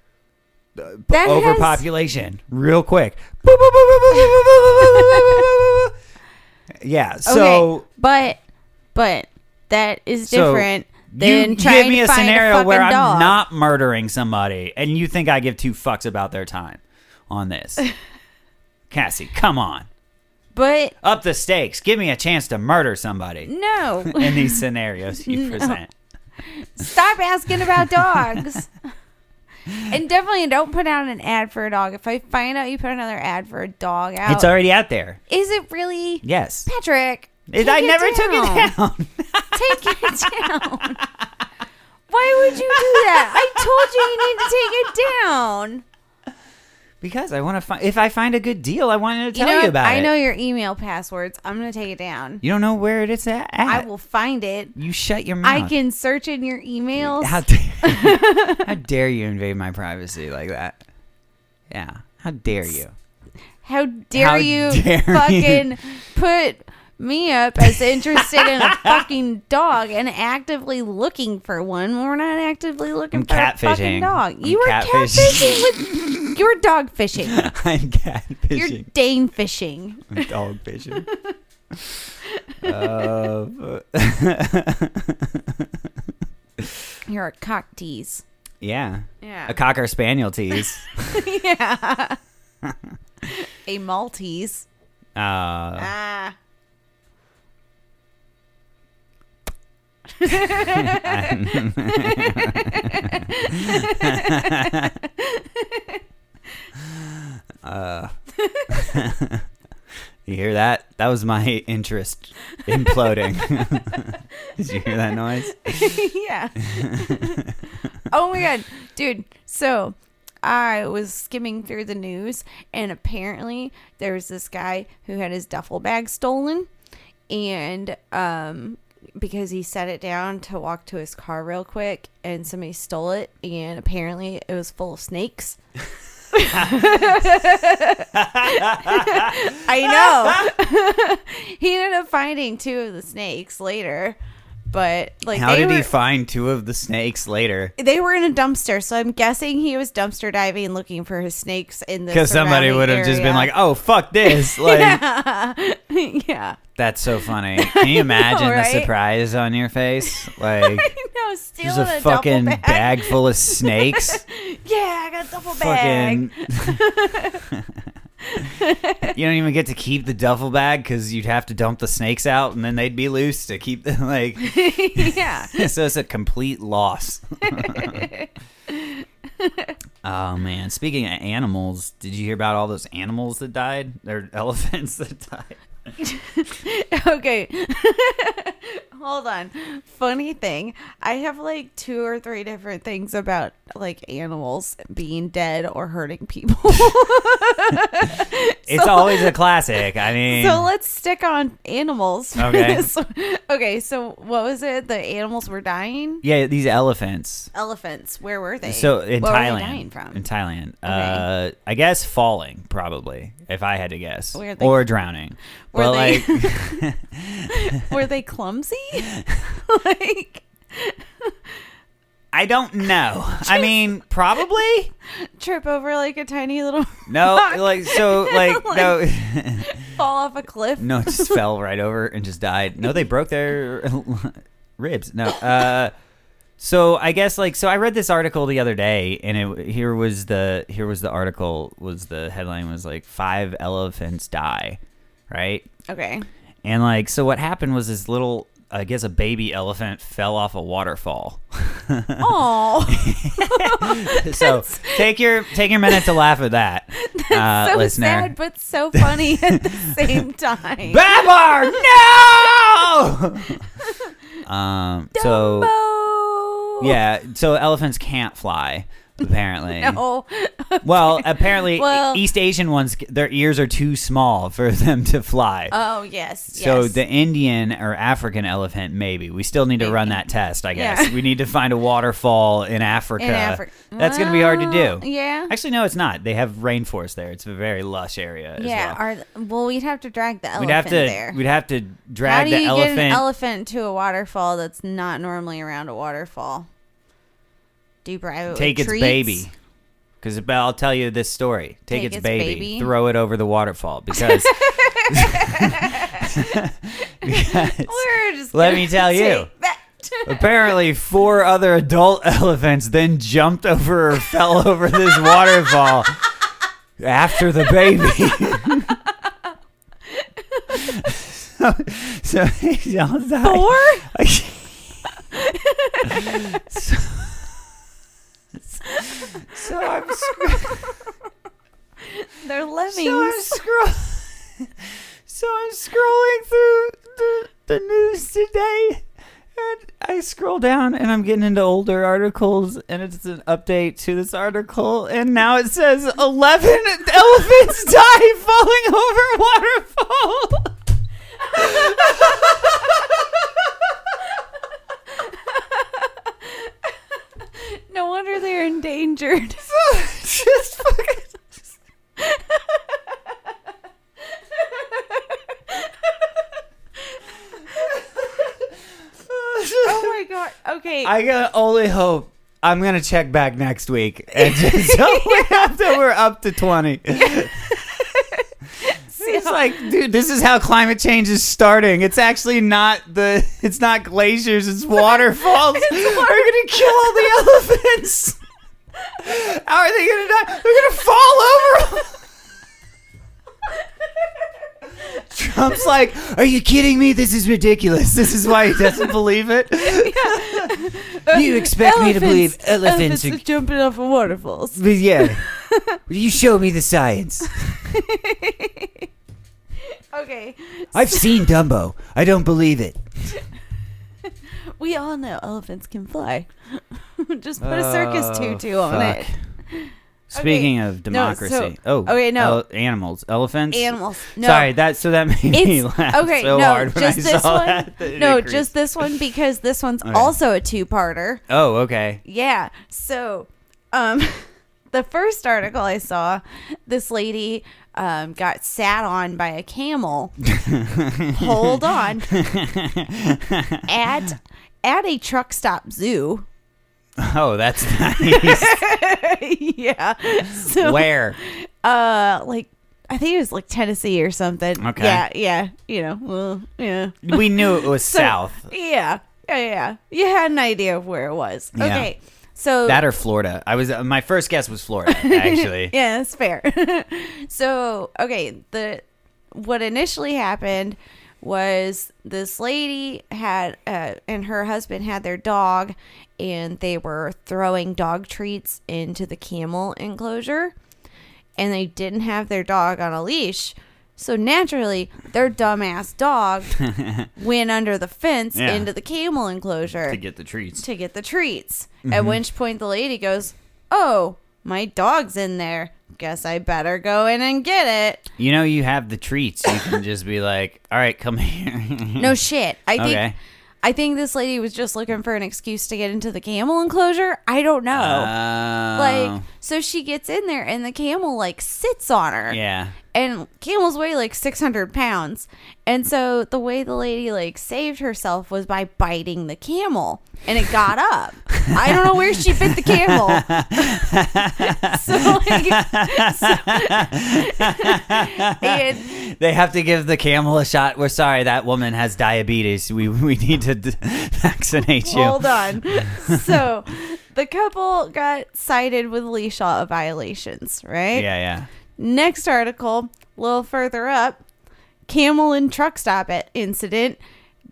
A: That has-
B: overpopulation real quick. Boop, boop, boop, boop, boop, boop, boop, boop, boop, boop, boop. yeah. So
A: okay, but but that is
B: So,
A: different
B: you
A: than trying
B: give me
A: to
B: a
A: find a
B: scenario
A: fucking
B: where I'm
A: dog.
B: not murdering somebody, and you think I give two fucks about their time on this. Cassie, come on,
A: But
B: up the stakes. Give me a chance to murder somebody
A: no,
B: in these scenarios you present.
A: stop asking about dogs. and definitely don't put out an ad for a dog. If I find out you put another ad for a dog out,
B: It's already out there.
A: is it really
B: Yes.
A: Patrick?
B: It-
A: take
B: I
A: it
B: never took it down.
A: Take it down. Why would you do that? I told you you need to take it down.
B: because I want to find. If I find a good deal, I wanted to tell
A: you
B: you,
A: know, what?
B: about
A: I
B: it.
A: know your email passwords. I'm gonna take it down.
B: You don't know where it is at.
A: I will find it.
B: You shut your mouth.
A: I can search in your emails.
B: How dare, how dare you invade my privacy like that? Yeah. How dare you?
A: How dare
B: How
A: you
B: dare
A: fucking put me up as interested in a fucking dog and actively looking for one when we're not actively looking
B: I'm
A: for a fucking
B: catfishing.
A: dog.
B: I'm
A: You were catfishing
B: catfishing.
A: with you were dog fishing.
B: I'm
A: You're
B: catfishing.
A: Dane fishing.
B: I'm dog fishing. Uh, fu-
A: You're a cock tease.
B: yeah.
A: Yeah.
B: A cocker spaniel tease.
A: yeah. a Maltese.
B: Uh,
A: Ah.
B: Uh, you hear that? That was my interest imploding. Did you hear that noise?
A: yeah. oh my god, dude. So I was skimming through the news, and apparently there was this guy who had his duffel bag stolen, and um, because he set it down to walk to his car real quick, and somebody stole it, and apparently it was full of snakes. I know. he ended up finding two of the snakes later, but like
B: How
A: they
B: did
A: were,
B: he find two of the snakes later?
A: they were in a dumpster, so I'm guessing he was dumpster diving looking for his snakes in the
B: Because somebody
A: surrounding
B: would have just been like,
A: area.
B: "Oh, fuck this!" Like,
A: yeah.
B: That's so funny. Can you imagine
A: right?
B: the surprise on your face? Like,
A: No,
B: there's
A: stealing
B: a,
A: a, double
B: fucking
A: bag.
B: bag. full of snakes.
A: Yeah, I got a double
B: fucking.
A: bag.
B: you don't even get to keep the duffel bag because you'd have to dump the snakes out, and then they'd be loose to keep them. Like,
A: yeah.
B: so it's a complete loss. oh man! Speaking of animals, did you hear about all those animals that died? Or elephants that died.
A: Okay. Hold on. Funny thing, I have like two or three different things about like animals being dead or hurting people.
B: It's always a classic. I mean,
A: So let's stick on animals. for
B: Okay.
A: this one. okay. So what was it? The animals were dying.
B: yeah, these elephants.
A: Elephants. Where were they?
B: So in
A: what Were
B: Thailand,
A: they dying from?
B: in Thailand, uh,
A: Okay.
B: I guess falling probably, if I had to guess,
A: Were they-
B: or drowning.
A: Were
B: But
A: they-
B: like,
A: were they clumsy? like
B: I don't know. I mean, probably
A: trip over like a tiny little
B: no.
A: rock,
B: Like so, like no,
A: fall off a cliff.
B: no, it just fell right over and just died. No, they broke their ribs. No. Uh, so I guess like so I read this article the other day and it here was the here was the article was the headline was like five elephants die, right?
A: Okay.
B: And like, so what happened was this little I guess a baby elephant fell off a waterfall.
A: Oh,
B: so take your take your minute to laugh at that, uh,
A: so
B: listener.
A: sad, but so funny at the same time.
B: Babar, no. um. So
A: Dumbo!
B: yeah, so elephants can't fly apparently.
A: No.
B: Well, apparently
A: Well-
B: East Asian ones, their ears are too small for them to fly.
A: Oh yes.
B: So
A: yes.
B: the Indian or African elephant, maybe we still need to run that test. I guess
A: Yeah.
B: we need to find a waterfall in Africa.
A: in Africa.
B: uh, That's going to be hard to
A: Well,
B: do.
A: Yeah.
B: Actually, no, it's not. They have rainforest there. It's a very lush area. As
A: yeah.
B: well.
A: Are th- well, we'd have to drag the elephant
B: we'd have to
A: there.
B: we'd have to
A: How
B: drag
A: do
B: the
A: you
B: elephant.
A: get an elephant to a waterfall that's not normally around a waterfall? Do you bribe it
B: take
A: with
B: its
A: treats?
B: baby. Because I'll tell you this story. Take, its, baby,
A: baby.
B: throw it over the waterfall. Because, because
A: We're just
B: Let
A: gonna
B: me tell you.
A: take that.
B: apparently four other adult elephants then jumped over or fell over this waterfall after the baby. so, so y'all died.
A: Four?
B: so, so I'm scr-
A: They're
B: so I'm
A: lemmings.
B: scroll so I'm scrolling through the, the news today, and I scroll down and I'm getting into older articles, and it's an update to this article, and now it says eleven elephants die falling over waterfall.
A: No wonder they're endangered.
B: Just fucking.
A: oh my god. Okay.
B: I can only hope I'm gonna check back next week and just hope we have to, we're up to twenty. It's like, dude, this is how climate change is starting. It's actually not the, it's not glaciers, it's waterfalls. We're gonna kill all the elephants. How are they gonna die? They're gonna fall over. Trump's like, are you kidding me? This is ridiculous. This is why he doesn't believe it. You expect me to believe elephants are-
A: jumping off of waterfalls?
B: But yeah, you show me the science.
A: Okay,
B: I've seen Dumbo. I don't believe it.
A: we all know elephants can fly. Just put a circus tutu
B: Oh,
A: on it.
B: Speaking of
A: no,
B: democracy,
A: so-
B: oh,
A: okay, no.
B: ele- animals, elephants,
A: Animals. No.
B: Sorry, that so that made me
A: It's-
B: laugh
A: okay,
B: so
A: no,
B: hard when
A: just
B: I
A: this
B: saw
A: one?
B: that. that it
A: No,
B: increased.
A: just this one because this one's
B: Okay.
A: also a two-parter.
B: oh, okay.
A: Yeah. So, um, the first article I saw, this lady um, got sat on by a camel. Hold on. at at a truck stop zoo.
B: Oh, that's nice.
A: yeah. So,
B: Where?
A: uh, like I think it was like Tennessee or something.
B: Okay.
A: Yeah. Yeah. You know. Well, yeah.
B: We knew it was south.
A: Yeah. Yeah. Yeah. You had an idea of where it was.
B: Yeah.
A: Okay. So
B: That or Florida. I was uh, my first guess was Florida actually.
A: oh. yeah, that's fair. so, okay, the what initially happened was this lady had uh, and her husband had their dog, and they were throwing dog treats into the camel enclosure, and they didn't have their dog on a leash. So naturally, their dumbass dog went under the fence
B: Yeah.
A: into the camel enclosure
B: To get the treats.
A: to get the treats.
B: Mm-hmm.
A: At which point the lady goes, "Oh, my dog's in there. Guess I better go in and get it."
B: You know, you have the treats. You can just be like, all right, come here.
A: No shit. I think
B: Hmm. Okay.
A: I think this lady was just looking for an excuse to get into the camel enclosure. I don't know. Oh.
B: Uh,
A: like
B: like,
A: so she gets in there and the camel like sits on her.
B: yeah.
A: and camels weigh like 600 pounds and so the way the lady like saved herself was by biting the camel and it got up i don't know where she bit the camel so like so- and
B: They have to give the camel a shot. We're sorry, that woman has diabetes. We we need to d- vaccinate you.
A: hold on so the couple got cited with leash law violations right
B: Yeah, yeah.
A: Next article, a little further up, camel and truck stop at incident.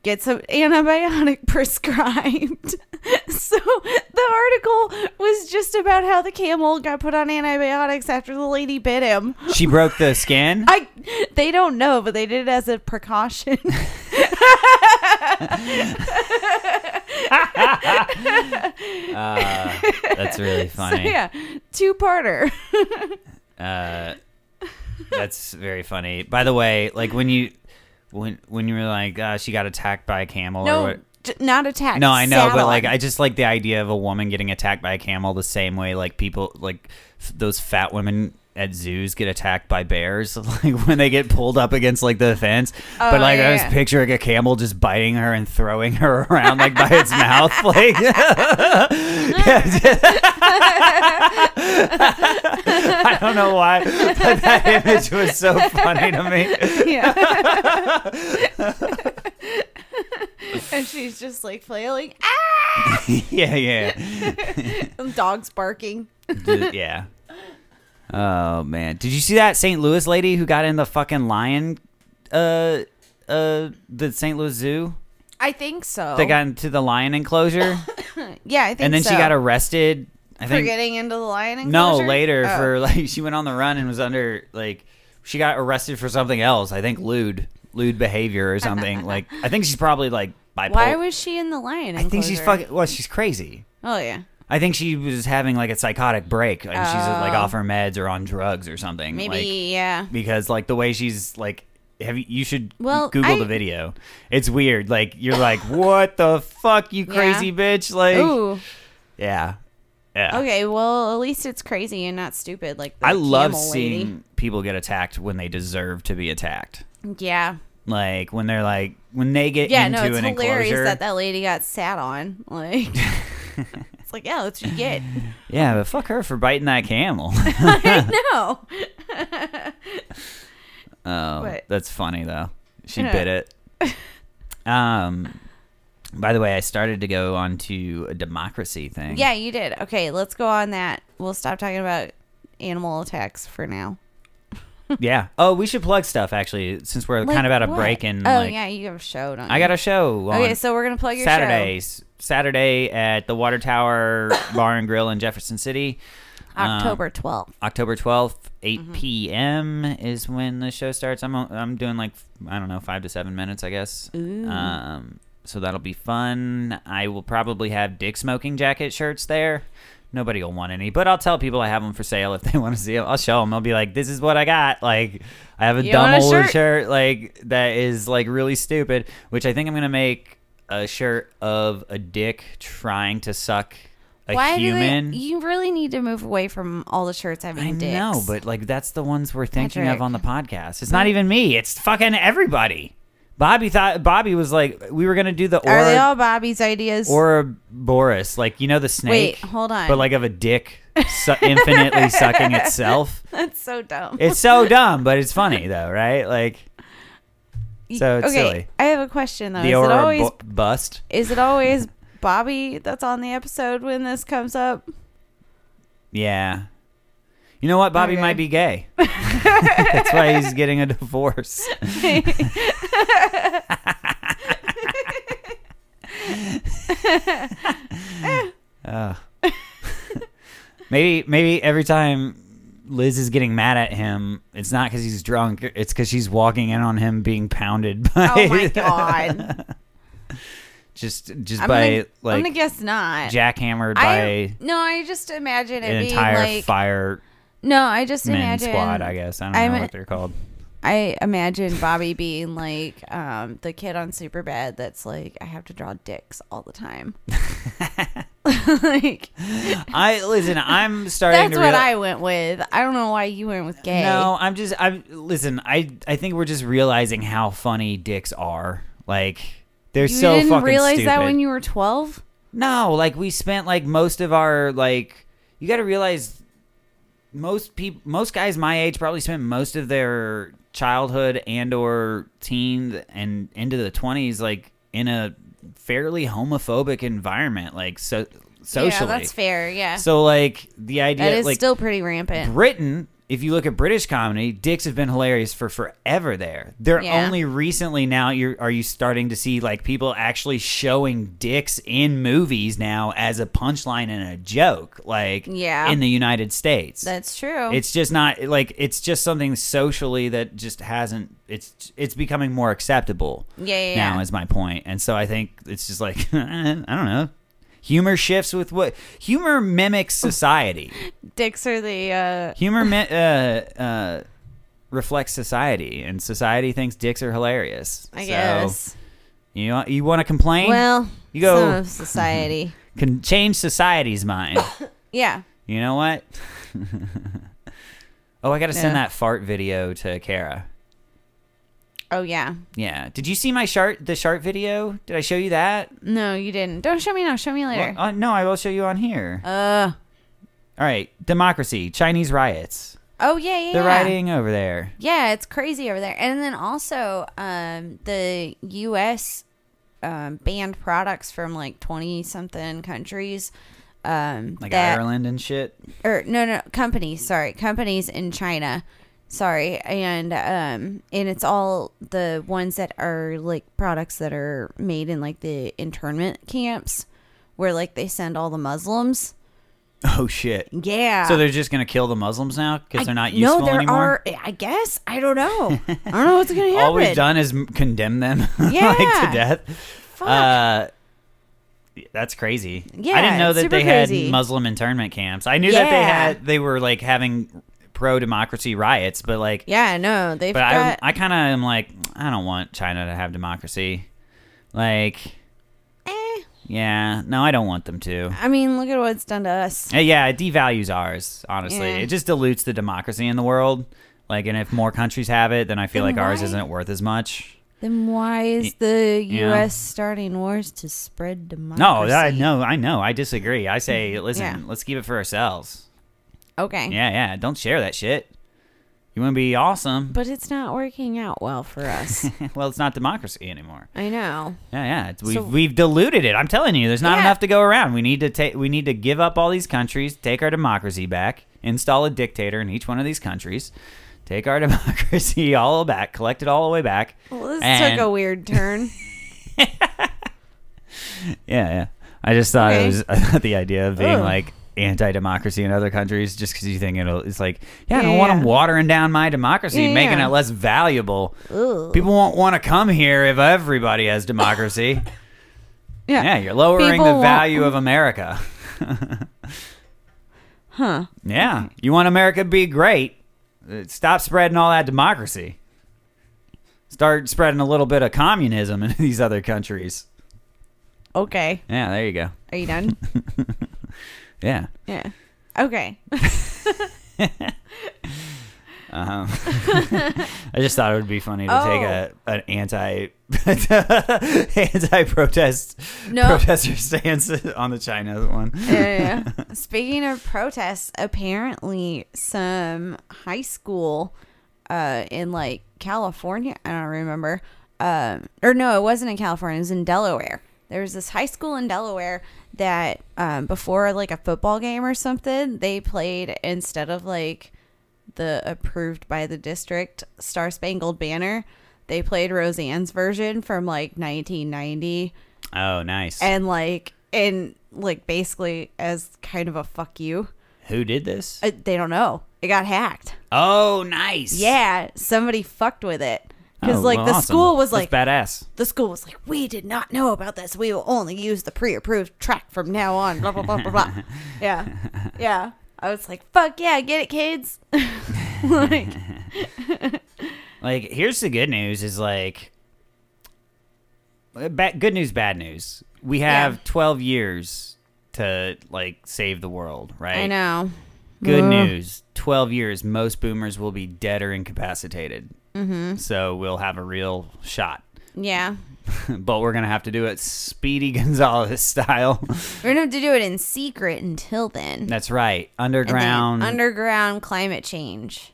A: gets an antibiotic prescribed. so the article was just about how the camel got put on antibiotics after the lady bit him.
B: She broke the skin.
A: I they don't know, but they did it as a precaution.
B: Uh, that's really
A: so
B: funny.
A: yeah, two parter.
B: Uh, that's very funny. By the way, like when you when when you were like uh, she got attacked by a camel or
A: No,
B: what?
A: j- not attack.
B: No, I know, but
A: saddle.
B: like I just like the idea of a woman getting attacked by a camel the same way like people like f- those fat women at zoos get attacked by bears like when they get pulled up against like the fence.
A: Oh,
B: but like I
A: yeah,
B: was
A: yeah.
B: picturing a camel just biting her and throwing her around like by its mouth like I don't know why, but that image was so funny to me.
A: Yeah. and she's just like flailing. Ah!
B: yeah, yeah.
A: And dogs barking.
B: D- yeah. Oh man, did you see that St. Louis lady who got in the fucking lion? Uh, uh, the St. Louis Zoo.
A: I think so.
B: They got into the lion enclosure,
A: yeah, I think
B: and then
A: so.
B: she got arrested. I
A: for
B: think
A: getting into the lion
B: no
A: enclosure.
B: later
A: Oh.
B: for like she went on the run and was under like she got arrested for something else. I think lewd, lewd behavior or something. like I think she's probably like bipolar.
A: Why was she in the lion?
B: I think she's
A: enclosure?
B: fucking. Well, she's crazy.
A: Oh yeah,
B: I think she was having like a psychotic break. Like she's like
A: Oh.
B: off her meds or on drugs or something.
A: maybe
B: like,
A: yeah.
B: because like the way she's like have you, you should
A: Well,
B: google the
A: I-
B: video it's weird like you're like what the fuck you
A: Yeah.
B: crazy bitch like
A: Ooh.
B: yeah yeah
A: Okay. Well, at least it's crazy and not stupid. Like the
B: i love
A: camel
B: seeing people get attacked when they deserve to be attacked
A: Lady. Yeah.
B: like when they're like when they get
A: Yeah.
B: into
A: No, it's
B: an
A: hilarious
B: enclosure
A: that that lady got sat on. Like. It's like, yeah, that's what you get.
B: yeah but fuck her for biting that camel
A: I know.
B: Oh,
A: But-
B: that's funny though. She
A: Yeah.
B: bit it. um, by the way, I started to go on to a democracy thing.
A: Yeah, you did. Okay, let's go on that. We'll stop talking about animal attacks for now.
B: yeah. Oh, we should plug stuff actually, since we're kind of
A: Like
B: at a
A: what?
B: break. And
A: oh
B: like,
A: yeah, you have a show. Don't
B: I got a show. On
A: Okay, so we're gonna plug your show.
B: Saturdays. Saturday at the Water Tower Bar and Grill in Jefferson City. Um,
A: October twelfth.
B: October 12th, 8
A: Mm-hmm.
B: p.m. is when the show starts. I'm I'm doing like I don't know, 5 to 7 minutes, I guess.
A: Ooh.
B: Um so that'll be fun. I will probably have dick smoking jacket shirts there. Nobody will want any, but I'll tell people I have them for sale if they want to see them. I'll show them. I'll be like, "This is what I got." Like, I have a
A: You
B: dumb
A: want a
B: old
A: shirt?
B: shirt like that is like really stupid, which I think I'm gonna make a shirt of a dick trying to suck a
A: Why
B: human.
A: do they, you really need to move away from all the shirts having
B: I
A: dicks?
B: know, but like that's the ones we're thinking of
A: Patrick.
B: on the podcast. It's not even me. It's fucking everybody. Bobby thought Bobby was like we were gonna do the
A: are they all
B: or
A: Bobby's ideas?
B: or Boris, like you know the snake.
A: Wait, hold on.
B: But like of a dick su- infinitely sucking itself.
A: that's so dumb.
B: It's so dumb, but it's funny though, right? Like so it's
A: okay,
B: silly.
A: I have a question though.
B: the
A: Oh, is it
B: Aurora
A: always
B: bu- bust.
A: is it always Bobby that's on the episode when this comes up?
B: Yeah. You know what? Bobby
A: Okay.
B: might be gay. That's why he's getting a divorce. Ugh. maybe maybe every time Liz is getting mad at him, it's not because he's drunk. It's because she's walking in on him being pounded by.
A: Oh my god!
B: just just
A: I'm
B: by
A: gonna, I'm
B: like
A: gonna guess not.
B: jackhammered
A: I
B: by
A: no, I just imagine it
B: an
A: being
B: entire
A: like
B: fire
A: no, I just
B: men
A: imagine
B: squad. I guess I don't
A: I'm
B: know
A: a-
B: what they're called.
A: I imagine Bobby being like um, the kid on Superbad that's like, I have to draw dicks all the time. like
B: I listen. I'm starting.
A: that's
B: to
A: what
B: reali-
A: I went with. I don't know why you went with gay.
B: No, I'm just I'm listen, I I think we're just realizing how funny dicks are. Like they're
A: you
B: so
A: didn't
B: fucking
A: realize
B: stupid.
A: that when you were twelve.
B: No, like we spent like most of our like you got to realize most people most guys my age probably spent most of their childhood and or teen and into the 20s like in a fairly homophobic environment like so socially.
A: Yeah, that's fair. Yeah,
B: So like the idea
A: that is
B: like
A: still pretty rampant.
B: Britain if you look at British comedy, dicks have been hilarious for forever there. They're
A: Yeah.
B: only recently now you're are you starting to see like people actually showing dicks in movies now as a punchline and a joke like
A: Yeah.
B: in the United States.
A: That's true.
B: it's just not like it's just something socially that just hasn't it's it's becoming more acceptable
A: yeah, yeah,
B: now
A: yeah.
B: is my point. And so I think it's just like I don't know. Humor shifts with what humor mimics society.
A: Dicks are the uh,
B: Humor mi- uh, uh, reflects society, and society thinks dicks are hilarious.
A: I
B: So,
A: guess.
B: you know, you want to complain?
A: Well,
B: you go-
A: some of society.
B: Can change society's mind.
A: yeah.
B: you know what? oh, I got to send
A: Yeah.
B: that fart video to Kara.
A: Oh yeah.
B: Yeah. Did you see my shart the shart video? Did I show you that?
A: No, you didn't. Don't show me now. Show me later.
B: Well, uh, no, I will show you on here.
A: uh.
B: All right, democracy, Chinese riots.
A: Oh yeah, yeah.
B: They're
A: yeah.
B: rioting over there.
A: Yeah, it's crazy over there. And then also, um, the U.S. Um, banned products from like twenty something countries. Um,
B: Like
A: that,
B: Ireland and shit.
A: or no, no, companies. Sorry, companies in China. Sorry, and um, and it's all the ones that are like products that are made in like the internment camps, where like they send all the Muslims.
B: Oh shit.
A: Yeah.
B: So they're just gonna kill the Muslims now because they're not useful
A: no, there
B: anymore.
A: are. I guess I don't know. I don't know what's gonna happen.
B: All we've done is m- condemn them like to
A: Yeah.
B: death.
A: Fuck.
B: Uh, that's crazy. I
A: Yeah,
B: didn't know
A: it's
B: that
A: super
B: they
A: crazy.
B: had Muslim internment camps. I knew that they
A: Yeah.
B: had they were like having pro democracy riots, but like,
A: yeah, no, they've
B: but
A: got.
B: I I kind of am like I don't want China to have democracy. Like,
A: eh,
B: yeah, no, I don't want them to.
A: I mean, look at what it's done to us.
B: Uh, Yeah, it devalues ours, honestly.
A: Yeah.
B: It just dilutes the democracy in the world. Like, and if more countries have it, then I feel
A: Then
B: like ours
A: why-
B: isn't worth as much.
A: Then why is
B: Y-
A: the
B: yeah.
A: U.S. starting wars to spread democracy?
B: No, I no, I know. I disagree. I say, listen,
A: Mm-hmm. Yeah. Mm.
B: let's keep it for ourselves.
A: Okay.
B: Yeah, yeah. Don't share that shit. You want to be awesome?
A: But it's not working out well for us.
B: well, it's not democracy anymore.
A: I know.
B: Yeah, yeah. It's, we've
A: So-
B: we've diluted it. I'm telling you, there's not
A: Yeah.
B: enough to go around. We need to take. We need to give up all these countries, take our democracy back, install a dictator in each one of these countries, take our democracy all back, collect it all the way back.
A: Well, this
B: And-
A: took a weird turn.
B: Yeah, yeah. I just thought
A: Okay.
B: it was I thought the idea of being
A: Ugh.
B: like anti-democracy in other countries just because you think it'll. It's like, yeah, I
A: Yeah,
B: don't want
A: yeah.
B: them watering down my democracy,
A: Yeah,
B: making
A: yeah.
B: it less valuable.
A: Ooh.
B: People won't want to come here if everybody has democracy. yeah, you're lowering
A: People
B: the
A: won't-
B: value of America.
A: Huh.
B: Yeah. You want America to be great? uh, Stop spreading all that democracy. Start spreading a little bit of communism in these other countries.
A: Okay.
B: Yeah, there you go.
A: Are you done?
B: Yeah.
A: yeah. Okay.
B: Uh-huh. I just thought it would be funny to take a
A: Oh.
B: an anti anti protest
A: No.
B: protester stance on the China one.
A: yeah, yeah, yeah. Speaking of protests, apparently some high school uh, in like California, I don't remember, um, or no, it wasn't in California, it was in Delaware. There was this high school in Delaware that um, before like a football game or something, they played instead of like the approved by the district Star Spangled Banner. They played Roseanne's version from like 1990
B: Oh, nice.
A: and like and like basically as kind of a fuck you
B: Who did this?
A: uh, they don't know it got hacked
B: Oh, nice.
A: yeah somebody fucked with it because
B: Oh,
A: like
B: well,
A: the
B: awesome.
A: school was
B: That's
A: like
B: badass.
A: the school was like we did not know about this we will only use the pre-approved track from now on blah blah blah blah blah yeah yeah i was like fuck yeah get it kids like
B: Like, here's the good news is like, uh, ba- good news, bad news. We have
A: Yeah.
B: 12 years to like save the world, right?
A: i know
B: Good
A: Ugh.
B: news. 12 years, most boomers will be dead or incapacitated. Mm-hmm. So we'll have a real shot.
A: yeah
B: but we're going to have to do it Speedy Gonzalez style.
A: we're gonna have to do it in secret until then
B: That's right.
A: And then
B: Underground.
A: underground climate change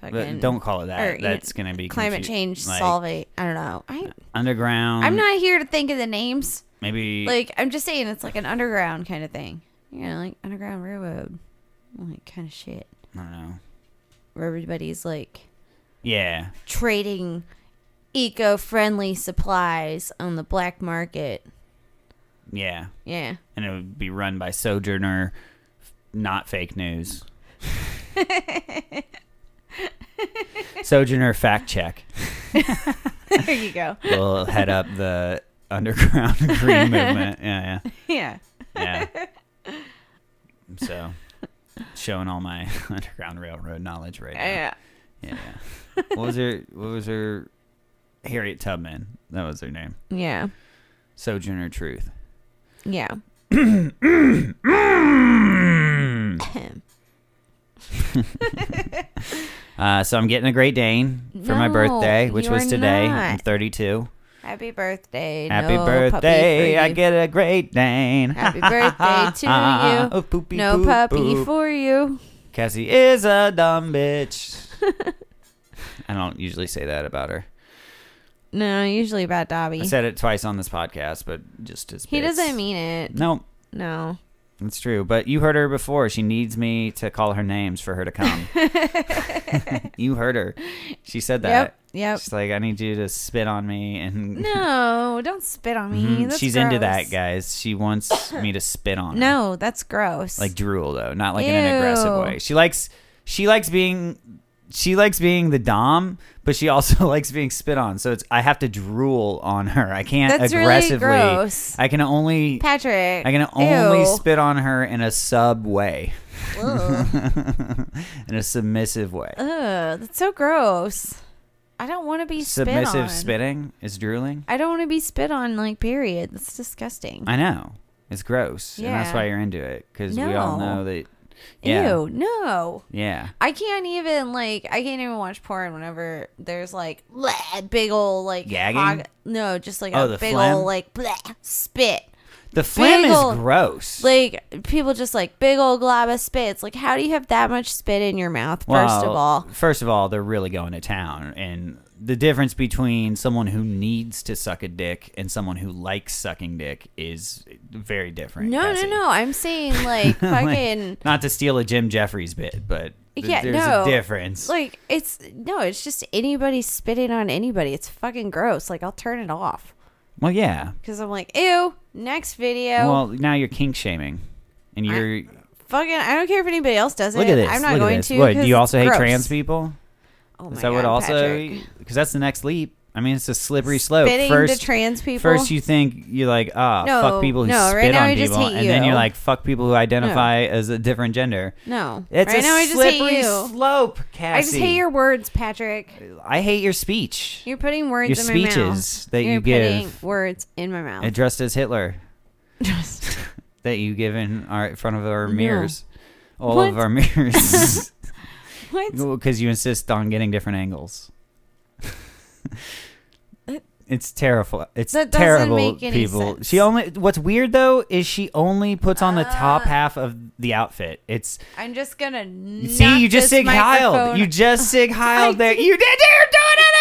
B: but
A: Fucking-
B: don't call it that.
A: or, you know,
B: That's going to be
A: climate
B: confu-
A: change
B: like, Mm-hmm.
A: solving. I don't know. I
B: Underground.
A: I'm not here to think of the names.
B: Maybe.
A: Like I'm just saying, it's like an underground kind of thing. You know, like underground railroad, like kind of shit.
B: I don't know.
A: where everybody's like
B: Yeah.
A: trading eco-friendly supplies on the black market.
B: Yeah.
A: Yeah.
B: And it would be run by Sojourner, f- not fake news. Sojourner fact check.
A: there you go.
B: We'll head up the underground green movement. Yeah,
A: Yeah.
B: yeah, yeah. So, showing all my underground railroad knowledge right now.
A: Yeah.
B: Yeah. yeah. What was her? What was her? Harriet Tubman. That was her name.
A: Yeah.
B: Sojourner Truth.
A: Yeah.
B: Uh, so I'm getting a Great Dane for my
A: No,
B: birthday, which
A: you
B: was
A: are
B: today. I'm
A: not.
B: 32.
A: Happy birthday.
B: Happy
A: no puppy for
B: birthday! I
A: you.
B: get a Great Dane.
A: Happy birthday to you.
B: Oh, poopy
A: no
B: poop,
A: puppy
B: poop.
A: for you.
B: Cassie is a dumb bitch. I don't usually say that about her.
A: No, usually about
B: I
A: Dobby.
B: said it twice on this podcast, but just as
A: He
B: bits.
A: doesn't mean it.
B: No,
A: No.
B: it's true. But you heard her before. She needs me to call her names for her to come. you heard her. She said that.
A: Yep. Yep.
B: She's like, I need you to spit on me and.
A: No, don't spit on me.
B: Mhm.
A: That's
B: She's into that,
A: gross.
B: guys. She wants me to spit on her.
A: No, that's gross.
B: like drool though, not like in an aggressive
A: Ew.
B: way. She likes she likes being she likes being the dom, but she also likes being spit on. So it's I have to drool on her. I can't
A: That's really
B: aggressively.
A: gross.
B: I can only
A: Patrick.
B: I can only
A: ew.
B: spit on her in a sub way,
A: Ugh.
B: in a submissive way.
A: Ugh, that's so gross. I don't want to be spit on.
B: submissive spitting is drooling.
A: I don't want to be spit on. Like, period. That's disgusting.
B: I know it's gross, and that's
A: Yeah.
B: why you're into it because we all
A: No.
B: know that. Yeah,
A: Ew. No.
B: yeah.
A: I can't even like I can't even watch porn whenever there's like bleh, big old like
B: Gagging?
A: hog- no, just like
B: Oh,
A: a
B: the
A: big
B: phlegm?
A: old like bleh, spit.
B: The phlegm
A: ol-
B: is gross.
A: Like people just like big old glob of spit. It's like how do you have that much spit in your mouth? first of
B: Well,
A: all,
B: first of all, they're really going to town, and the difference between someone who needs to suck a dick and someone who likes sucking dick is very different.
A: no,
B: Cassie.
A: no, no. I'm saying like
B: Like,
A: fucking
B: Not to steal a Jim Jeffries bit, but th-
A: Yeah,
B: there's
A: no.
B: a difference.
A: like it's no, it's just anybody spitting on anybody. It's fucking gross. Like I'll turn it off
B: well, yeah.
A: because I'm like ew. Next video,
B: Well, now you're kink shaming, and you're
A: fucking. I don't care if anybody else does
B: look
A: it.
B: at this.
A: I'm not
B: look
A: going
B: at this.
A: to.
B: What,
A: 'cause
B: do you
A: it's
B: also hate
A: gross.
B: trans people?
A: Oh
B: Is
A: my
B: that
A: God,
B: what also?
A: Patrick.
B: Because that's the next leap. I mean, it's a slippery slope.
A: spitting to
B: First,
A: trans people?
B: First, you think you're like, ah,
A: No,
B: fuck people who
A: no,
B: spit
A: right now
B: on
A: I just
B: people,
A: hate
B: and then
A: you.
B: you're like, fuck people who identify as a different gender.
A: no.
B: It's
A: right
B: a
A: now, I just
B: slippery
A: hate you.
B: slope, Cassie.
A: I just hate your words, Patrick.
B: I hate your speech.
A: You're putting words
B: Your
A: in my mouth.
B: speeches that
A: You're
B: you
A: putting
B: give.
A: words in my mouth.
B: Addressed as Hitler
A: Just-
B: that you give in our in front of our
A: No.
B: mirrors, all of
A: What?
B: our mirrors,
A: what?
B: because you insist on getting different angles. It's terrible. It's
A: That doesn't
B: terrible.
A: make any
B: people.
A: sense.
B: She only. What's weird though is she only puts on the top
A: Uh,
B: half of the outfit. It's
A: I'm just gonna.
B: See, you just sig
A: microphone.
B: Heiled. You just sig Heiled there.
A: did.
B: You did. You're doing it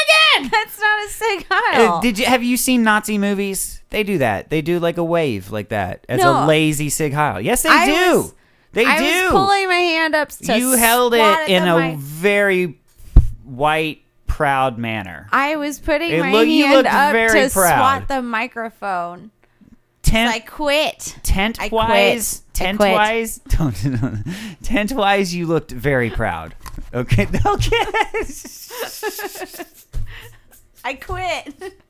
B: again.
A: That's not a sig heil.
B: Uh, did you have you seen Nazi movies? They do that. They do like a wave like that. It's a
A: No.
B: lazy sig Heil. Yes, they
A: I
B: do.
A: was-
B: they
A: I
B: do.
A: was pulling my hand up. To
B: you held
A: swat at
B: it in
A: the
B: a
A: mic.
B: very white, proud manner.
A: I was putting
B: It
A: my
B: look- you
A: hand
B: looked
A: up
B: very
A: to
B: proud.
A: swat the microphone.
B: Tent,
A: I quit.
B: tent
A: I quit.
B: wise,
A: I
B: tent
A: quit.
B: wise, don't, tent wise, you looked very proud. Okay, okay.
A: I quit.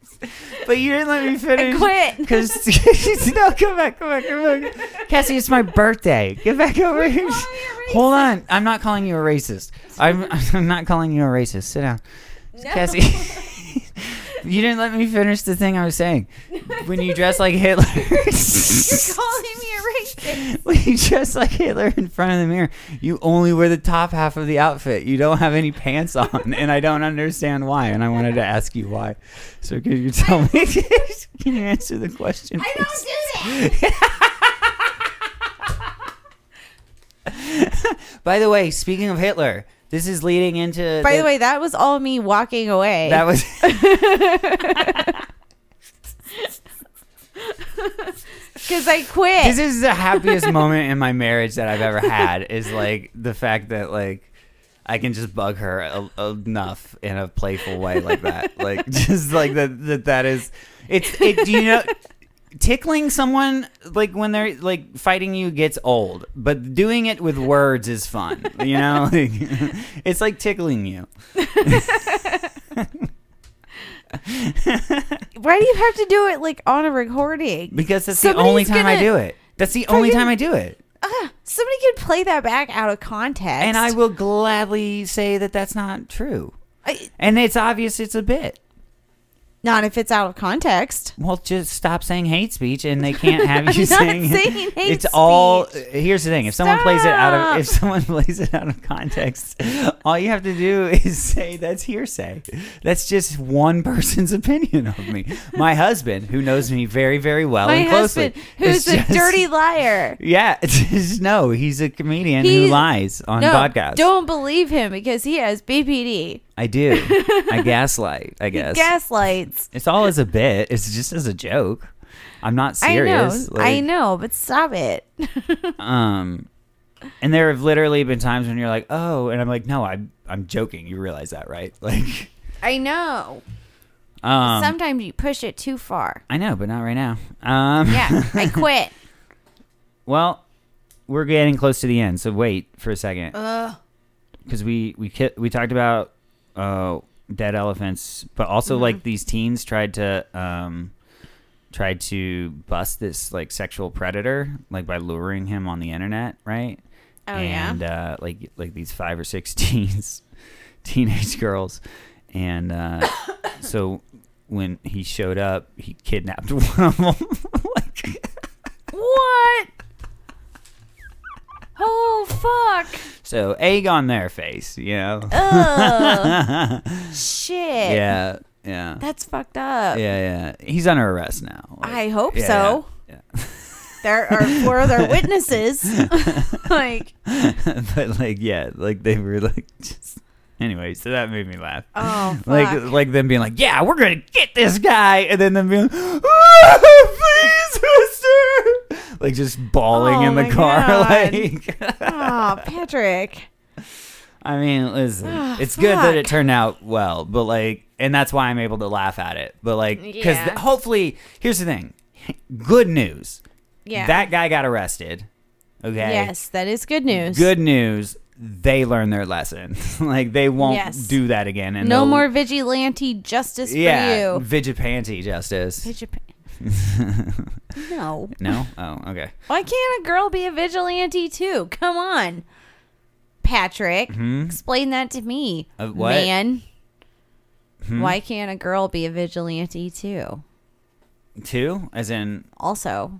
B: But you didn't let me finish.
A: quit.
B: Because no, come back, come back, come back. Cassie, it's my birthday. Get back over here. Hold on. I'm not calling you a racist. I'm I'm not calling you a racist. Sit down, Cassie. you didn't let me finish the thing I was saying. When you dress like Hitler.
A: calling me a racist.
B: When you dress like Hitler in front of the mirror, you only wear the top half of the outfit. You don't have any pants on, and I don't understand why. And I wanted to ask you why. So can you tell me? can you answer the question?
A: I
B: please?
A: don't do that.
B: By the way, speaking of Hitler, this is leading into.
A: By the way, that was all me walking away.
B: that was
A: because I quit.
B: this is the happiest moment in my marriage that I've ever had. Is like the fact that like I can just bug her a, enough in a playful way like that. Like just like that that that is it's it do you know tickling someone like when they're like fighting you gets old, but doing it with words is fun, you know? Like, it's like tickling you.
A: Why do you have to do it like on a recording?
B: Because that's the
A: Somebody's
B: only time I
A: gonna-
B: do it. That's the only
A: Friggin-
B: time I do it.
A: Ah, somebody could play that back out of context.
B: And I will gladly say that that's not true.
A: I-
B: And it's obvious it's a bit.
A: not if it's out of context.
B: Well, just stop saying hate speech, and they can't have you
A: I'm not
B: saying,
A: saying hate
B: it's all.
A: speech.
B: Here's the thing: if someone plays it out of if
A: Stop.
B: someone plays it out of context, all you have to do is say that's hearsay. That's just one person's opinion of me. My husband, who knows me very, very well
A: My
B: and closely,
A: husband, who's
B: is
A: a
B: just-
A: dirty liar.
B: Yeah, it's just- no, he's a comedian
A: He-
B: who lies on
A: no,
B: podcasts.
A: don't believe him because he has BPD.
B: I do. I gaslight. I guess
A: Gaslights.
B: it's all as a bit. It's just as a joke. I'm not serious.
A: I know. I
B: like-
A: know, but stop it.
B: Um, and there have literally been times when you're like, "Oh," and I'm like, "No, I'm I'm joking." You realize that, right? Like,
A: I know.
B: um,
A: Sometimes you push it too far.
B: I know, but not right now. Um,
A: Yeah, I quit.
B: Well, we're getting close to the end, so wait for a second
A: Ugh.
B: because we we ki- we talked about uh, dead elephants, but also like these teens tried to um tried to bust this like sexual predator like by luring him on the internet, right?
A: Oh
B: and uh, like like these five or six teens, teenage girls, and uh, so when he showed up, he kidnapped one of them. like,
A: yeah. What? Oh fuck.
B: so egg on their face, you know.
A: Ugh. Shit.
B: yeah, yeah,
A: That's fucked up.
B: yeah, yeah. He's under arrest now. Like,
A: I hope
B: yeah,
A: so.
B: yeah,
A: There are four other witnesses. like,
B: yeah. but like, yeah, like they were like. Just... Anyway, so that made me laugh.
A: oh fuck.
B: Like, like them being like, "Yeah, we're gonna get this guy," and then them being, "Oh, "Please, mister!" Like just bawling
A: Oh
B: in the
A: my
B: car.
A: God.
B: Like,
A: Aw, Patrick.
B: I mean, listen,
A: Ah,
B: it's good that it
A: fuck.
B: turned out well, but like, and that's why I'm able to laugh at it. But like, because
A: Yeah.
B: hopefully, here's the thing: good news.
A: Yeah.
B: That guy got arrested. Okay.
A: Yes, that is good news.
B: Good news. They learned their lesson. like they won't
A: Yes.
B: do that again. And
A: No
B: they'll-
A: more vigilante justice for
B: Yeah,
A: you.
B: vigipante justice.
A: Vigip- no.
B: No? Oh, okay.
A: Why can't a girl be a vigilante too? Come on, Patrick. Explain that to me,
B: Uh, Mm-hmm. what? Hmm?
A: man. Why can't a girl be a vigilante too?
B: Two, as in,
A: Also,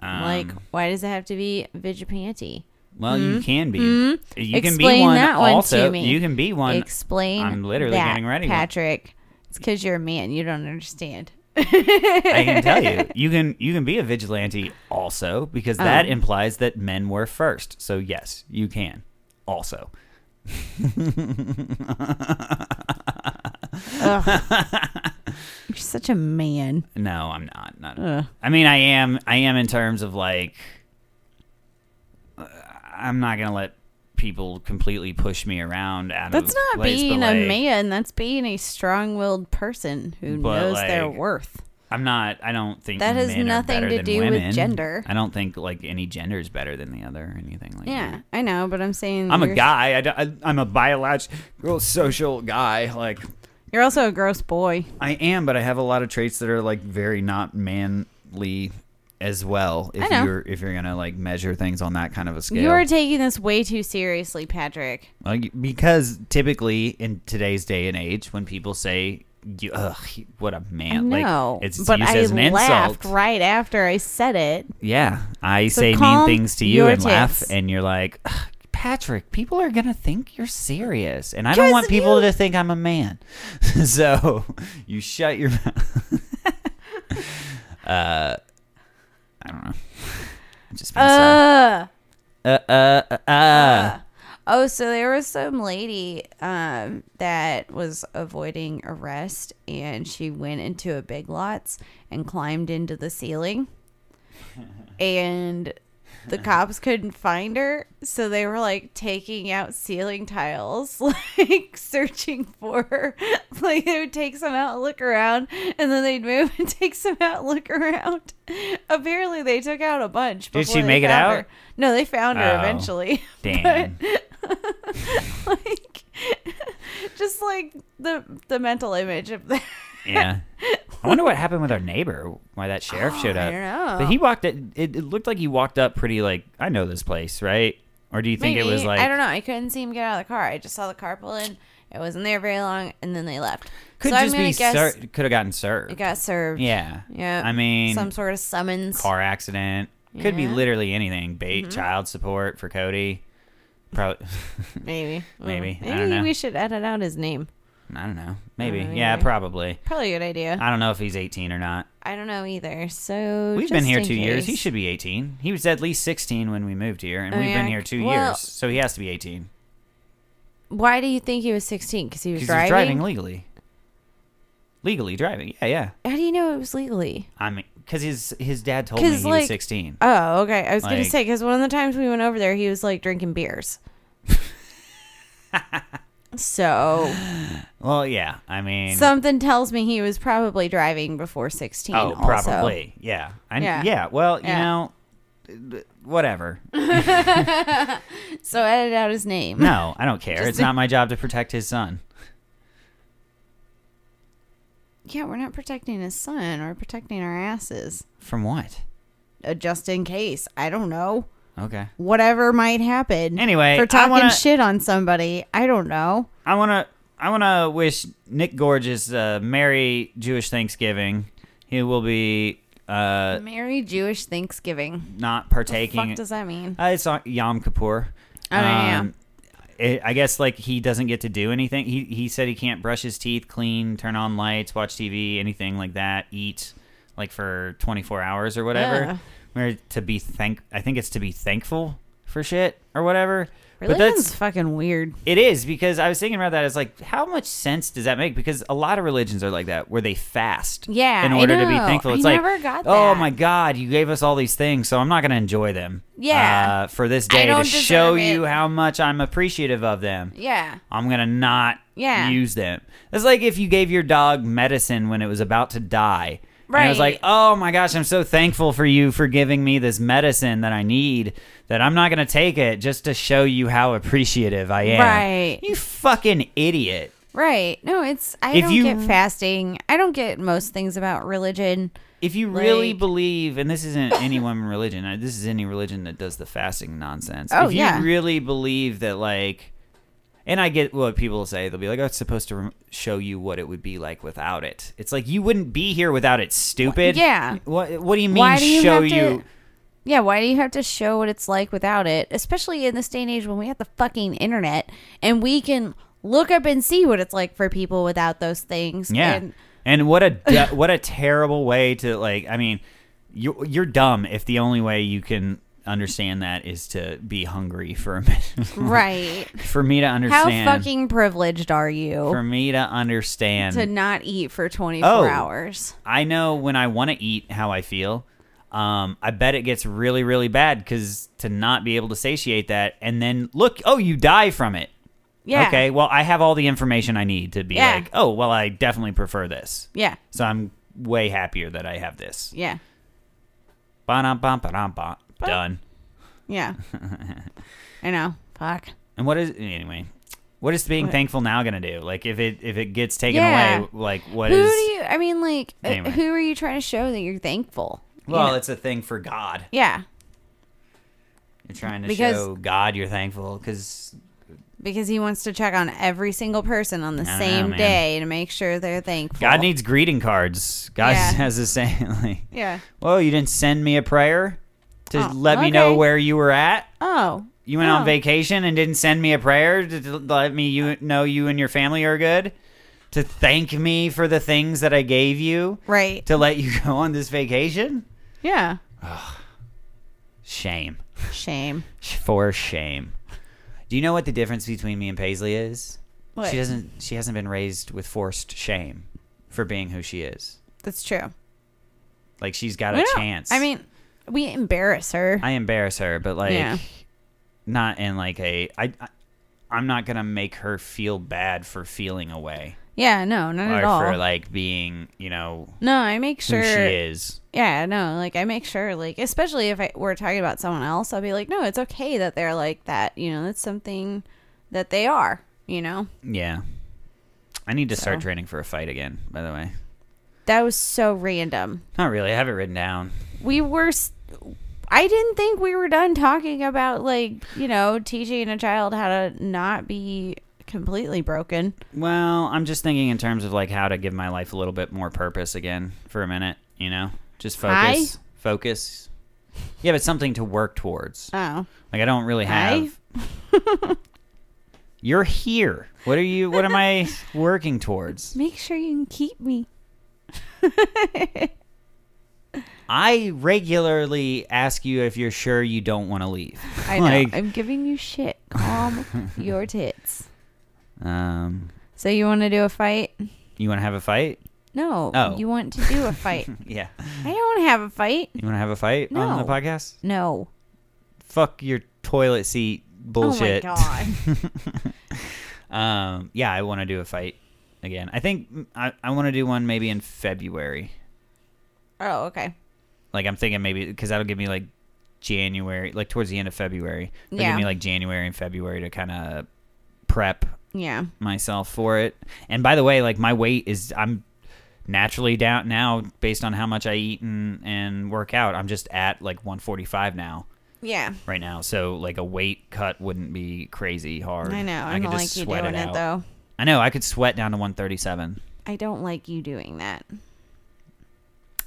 B: um,
A: like, why does it have to be vigilante?
B: well, you can be. You can be
A: Hmm? Explain
B: one.
A: that one
B: also,
A: to me.
B: you can be one.
A: Explain.
B: I'm literally
A: that,
B: getting ready.
A: Patrick. It's because you're a man. You don't understand.
B: I can tell you, you can you can be a vigilante also because
A: Oh.
B: that implies that men were first. So yes, you can also.
A: You're such a man.
B: No, I'm not. Not.
A: Ugh.
B: I mean, I am. I am in terms of like, uh, I'm not gonna let people completely push me around out of
A: That's not
B: place, but,
A: being a
B: like,
A: man. That's being a strong-willed person who
B: But,
A: knows their
B: like,
A: worth.
B: I'm not. I don't think
A: That has
B: men are
A: nothing
B: better
A: to
B: than
A: do with
B: women.
A: gender.
B: I don't think like any gender is better than the other or anything like
A: Yeah,
B: that.
A: I know, but I'm saying
B: Mm-hmm. I'm a
A: you're-
B: guy. I, don't- I, am a biological social guy. Like
A: You're also a gross boy.
B: I am, but I have a lot of traits that are like very not manly as well. If
A: I know.
B: you're if you're gonna like measure things on that kind of a scale,
A: You are taking this way too seriously, Patrick.
B: Well, you- because typically in today's day and age, when people say you, ugh, what a man,
A: no,
B: like it's
A: but
B: used
A: I
B: as an
A: laughed
B: insult.
A: right after I said it.
B: Yeah, I say mean
A: calm
B: things to you
A: your
B: and laugh,
A: tits.
B: and you're like, "Ugh, Patrick, people are gonna think you're serious, and I don't want
A: 'Cause
B: people
A: you-
B: to think I'm a man. so you shut your mouth. uh, I don't know. I'm just being sad.
A: Uh,
B: Uh, uh, uh, uh.
A: oh, so there was some lady um, that was avoiding arrest, and she went into a Big Lots and climbed into the ceiling, and the cops couldn't find her, so they were like taking out ceiling tiles, like searching for her. Like they would take some out, look around, and then they'd move and take some out, look around. Apparently, they took out a bunch.
B: Did
A: before
B: she
A: they
B: make it
A: found
B: out?
A: her. No, they found her
B: Oh.
A: eventually.
B: Damn.
A: like, just like the the mental image of that.
B: yeah. I wonder what happened with our neighbor. Why that sheriff showed
A: Oh, I
B: up?
A: don't know.
B: But he walked. It, it, it looked like he walked up pretty like I know this place, right? Or do you think it was
A: Maybe.
B: like
A: I don't know. I couldn't see him get out of the car. I just saw the car pull in. It wasn't there very long, and then they left.
B: could
A: so
B: just
A: I'm gonna
B: be
A: guess
B: ser- could have gotten
A: it
B: served.
A: got served.
B: Yeah.
A: Yeah.
B: I mean,
A: some sort of summons.
B: car accident. Could be
A: Yeah. Mm-hmm.
B: literally anything. Bait, child support for Cody. Probably.
A: Maybe. Mm.
B: Maybe. I
A: Maybe
B: don't know.
A: we should edit out his name.
B: I don't know. Maybe.
A: know
B: yeah,
A: either.
B: probably.
A: Probably a good idea.
B: I don't know if he's 18 or not.
A: I don't know either. So
B: We've
A: just
B: been here
A: in
B: two years. He
A: case.
B: should be 18. He was at least 16 when we moved here, and
A: Oh,
B: we've been
A: yeah.
B: here two
A: Well-
B: years. So he has to be 18.
A: Why do you think he was 16? Because he was
B: Because
A: driving.
B: he's driving legally. Legally driving. Yeah, yeah.
A: How do you know it was legally?
B: I mean, because his, his dad told me he
A: 'Cause,
B: was
A: like-
B: 16.
A: Oh, okay. I was gonna
B: Like-
A: say because one of the times we went over there, he was like drinking beers. so
B: Well, yeah. I mean,
A: Something tells me he was probably driving before 16.
B: oh,
A: also.
B: probably. Yeah. I, yeah.
A: Yeah.
B: Well, you
A: Yeah.
B: know, th- whatever.
A: So edit out his name.
B: No, I don't care.
A: Just-
B: it's not my job to protect his son.
A: Yeah, we're not protecting his son. We're protecting our asses.
B: From what?
A: Uh, just in case. I don't know.
B: Okay.
A: Whatever might happen.
B: Anyway, I
A: For talking
B: wanna-
A: shit on somebody. I don't know.
B: I want to I want to wish Nick Gorge's uh, merry Jewish Thanksgiving. He will be uh,
A: Merry Jewish Thanksgiving.
B: not
A: Fuck
B: partaking.
A: does that mean?
B: uh, it's on Yom Kippur. Um,
A: Oh, yeah,
B: it- I guess like he doesn't get to do anything. He he said he can't brush his teeth, clean, turn on lights, watch TV, anything like that, eat like for 24 hours or whatever.
A: Ugh.
B: Where to be thank I think it's to be thankful for shit or whatever. but that's
A: Religion's fucking weird.
B: It is because I was thinking about that. It's like, how much sense does that make? Because a lot of religions are like that, where they fast,
A: Yeah,
B: in
A: I
B: order to be
A: know.
B: thankful.
A: I
B: It's like,
A: never got
B: oh
A: that."
B: my God, you gave us all these things, so I'm not going to enjoy them.
A: Yeah.
B: uh, for this day to
A: don't
B: show
A: deserve
B: you
A: it.
B: how much I'm appreciative of them.
A: Yeah.
B: I'm gonna not
A: Yeah.
B: use them. It's like if you gave your dog medicine when it was about to die. And it was
A: Right.
B: like, oh my gosh, I'm so thankful for you for giving me this medicine that I need that I'm not gonna take it just to show you how appreciative I am.
A: Right.
B: You fucking idiot.
A: Right. No, it's I
B: If
A: don't
B: you-
A: get fasting. I don't get most things about religion.
B: If you really
A: Like-
B: believe, and this isn't any one religion, uh, this is any religion that does the fasting nonsense.
A: Oh,
B: if you
A: yeah.
B: really believe that, like, and I get what people say, they'll be like, oh, it's supposed to rem- show you what it would be like without it. It's like, you wouldn't be here without it, stupid.
A: Yeah.
B: What, what do you mean,
A: Why do you
B: show
A: have to-
B: you?
A: Yeah, why do you have to show what it's like without it? Especially in this day and age when we have the fucking internet and we can look up and see what it's like for people without those things.
B: Yeah. And,
A: And
B: what a du- what a terrible way to like. I mean, you you're dumb if the only way you can understand that is to be hungry for a minute.
A: right.
B: for me to
A: How
B: understand.
A: fucking privileged are you
B: for me to understand.
A: to not eat for 24
B: Oh.
A: hours?
B: I know when I want to eat how I feel. Um, I bet it gets really, really bad because to not be able to satiate that and then look, oh, you die from it.
A: Yeah.
B: Okay. Well, I have all the information I need to be
A: Yeah.
B: like, oh, well, I definitely prefer this.
A: Yeah.
B: So I'm way happier that I have this.
A: Yeah.
B: Ba-dum, ba ba ba Done.
A: Yeah. I know. Fuck.
B: And what is anyway? What is being
A: What?
B: thankful now gonna do? Like if it if it gets taken
A: Yeah.
B: away, like what
A: who
B: is?
A: do you I mean like uh,
B: Anyway.
A: who are you trying to show that you're thankful? You
B: well,
A: know?
B: it's a thing for God.
A: yeah.
B: You're trying to
A: Because-
B: show God you're thankful because
A: Because he wants to check on every single person on the
B: don't know,
A: same
B: man.
A: day to make sure they're thankful.
B: God needs greeting cards. God
A: Yeah.
B: has the same. Like,
A: Yeah.
B: well, you didn't send me a prayer to
A: Oh,
B: let me know
A: okay.
B: where you were at.
A: Oh.
B: You went on
A: Oh.
B: vacation and didn't send me a prayer to, to let me you know you and your family are good. To thank me for the things that I gave you.
A: Right.
B: To let you go on this vacation.
A: Yeah.
B: Shame.
A: Shame.
B: For shame. Do you know what the difference between me and Paisley is?
A: What?
B: She doesn't. She hasn't been raised with forced shame for being who she is.
A: That's true.
B: Like she's got
A: We
B: a
A: don't-
B: chance.
A: I mean, we embarrass her.
B: I embarrass her, but like
A: Yeah.
B: not in like a I, I I'm not gonna make her feel bad for feeling away
A: yeah, no, not
B: or
A: at all.
B: for like being you know
A: no, I make
B: who
A: sure.
B: she is.
A: Yeah, no, like I make sure, like especially if I, we're talking about someone else, I'll be like, no, it's okay that they're like that. You know, that's something that they are. You know,
B: Yeah. I need to
A: So.
B: start training for a fight again. By the way,
A: that was so random.
B: not really. I have it written down.
A: We were. s I didn't think we were done talking about like you know teaching a child how to not be completely broken.
B: Well, I'm just thinking in terms of like how to give my life a little bit more purpose again for a minute. You know, just
A: Hi?
B: focus, focus. Yeah, but something to work towards.
A: Oh,
B: Like I don't really
A: Hi?
B: have. You're here. What are you? What am I working towards?
A: make sure you can keep me.
B: I regularly ask you if you're sure you don't want to leave.
A: I know.
B: Like-
A: I'm giving you shit. Calm your tits.
B: Um,
A: So you want to do a fight?
B: you want to have a fight?
A: No.
B: Oh.
A: You want to do a fight?
B: Yeah.
A: I don't want to have a fight.
B: You want to have a fight on the
A: No.
B: podcast?
A: No.
B: Fuck your toilet seat bullshit.
A: Oh my god.
B: Um, yeah, I want to do a fight again. I think mm, I, I want to do one maybe in February.
A: oh, okay.
B: Like I'm thinking maybe because that'll give me like January, like towards the end of February. That'll
A: Yeah.
B: give me like January and February to kind of prep
A: Yeah.
B: myself for it. And by the way, like my weight is I'm naturally down now based on how much I eat and and work out. I'm just at like 145 now
A: Yeah.
B: right now. So like a weight cut wouldn't be crazy hard.
A: I know. I, don't like you doing it, though.
B: I know I could sweat down to 137.
A: I don't like you doing that.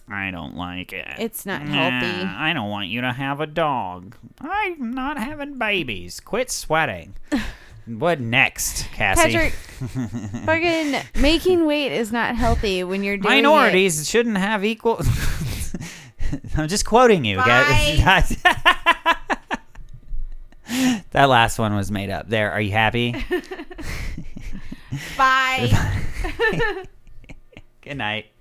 B: I don't like it.
A: It's not
B: Nah,
A: healthy.
B: I don't want you to have a dog. I'm not having babies. Quit sweating. what next, Cassie?
A: Patrick, fucking making weight is not healthy when you're doing it.
B: Minorities shouldn't have equal. I'm just quoting you. okay? that last one was made up. There, are you happy?
A: Bye.
B: Good night.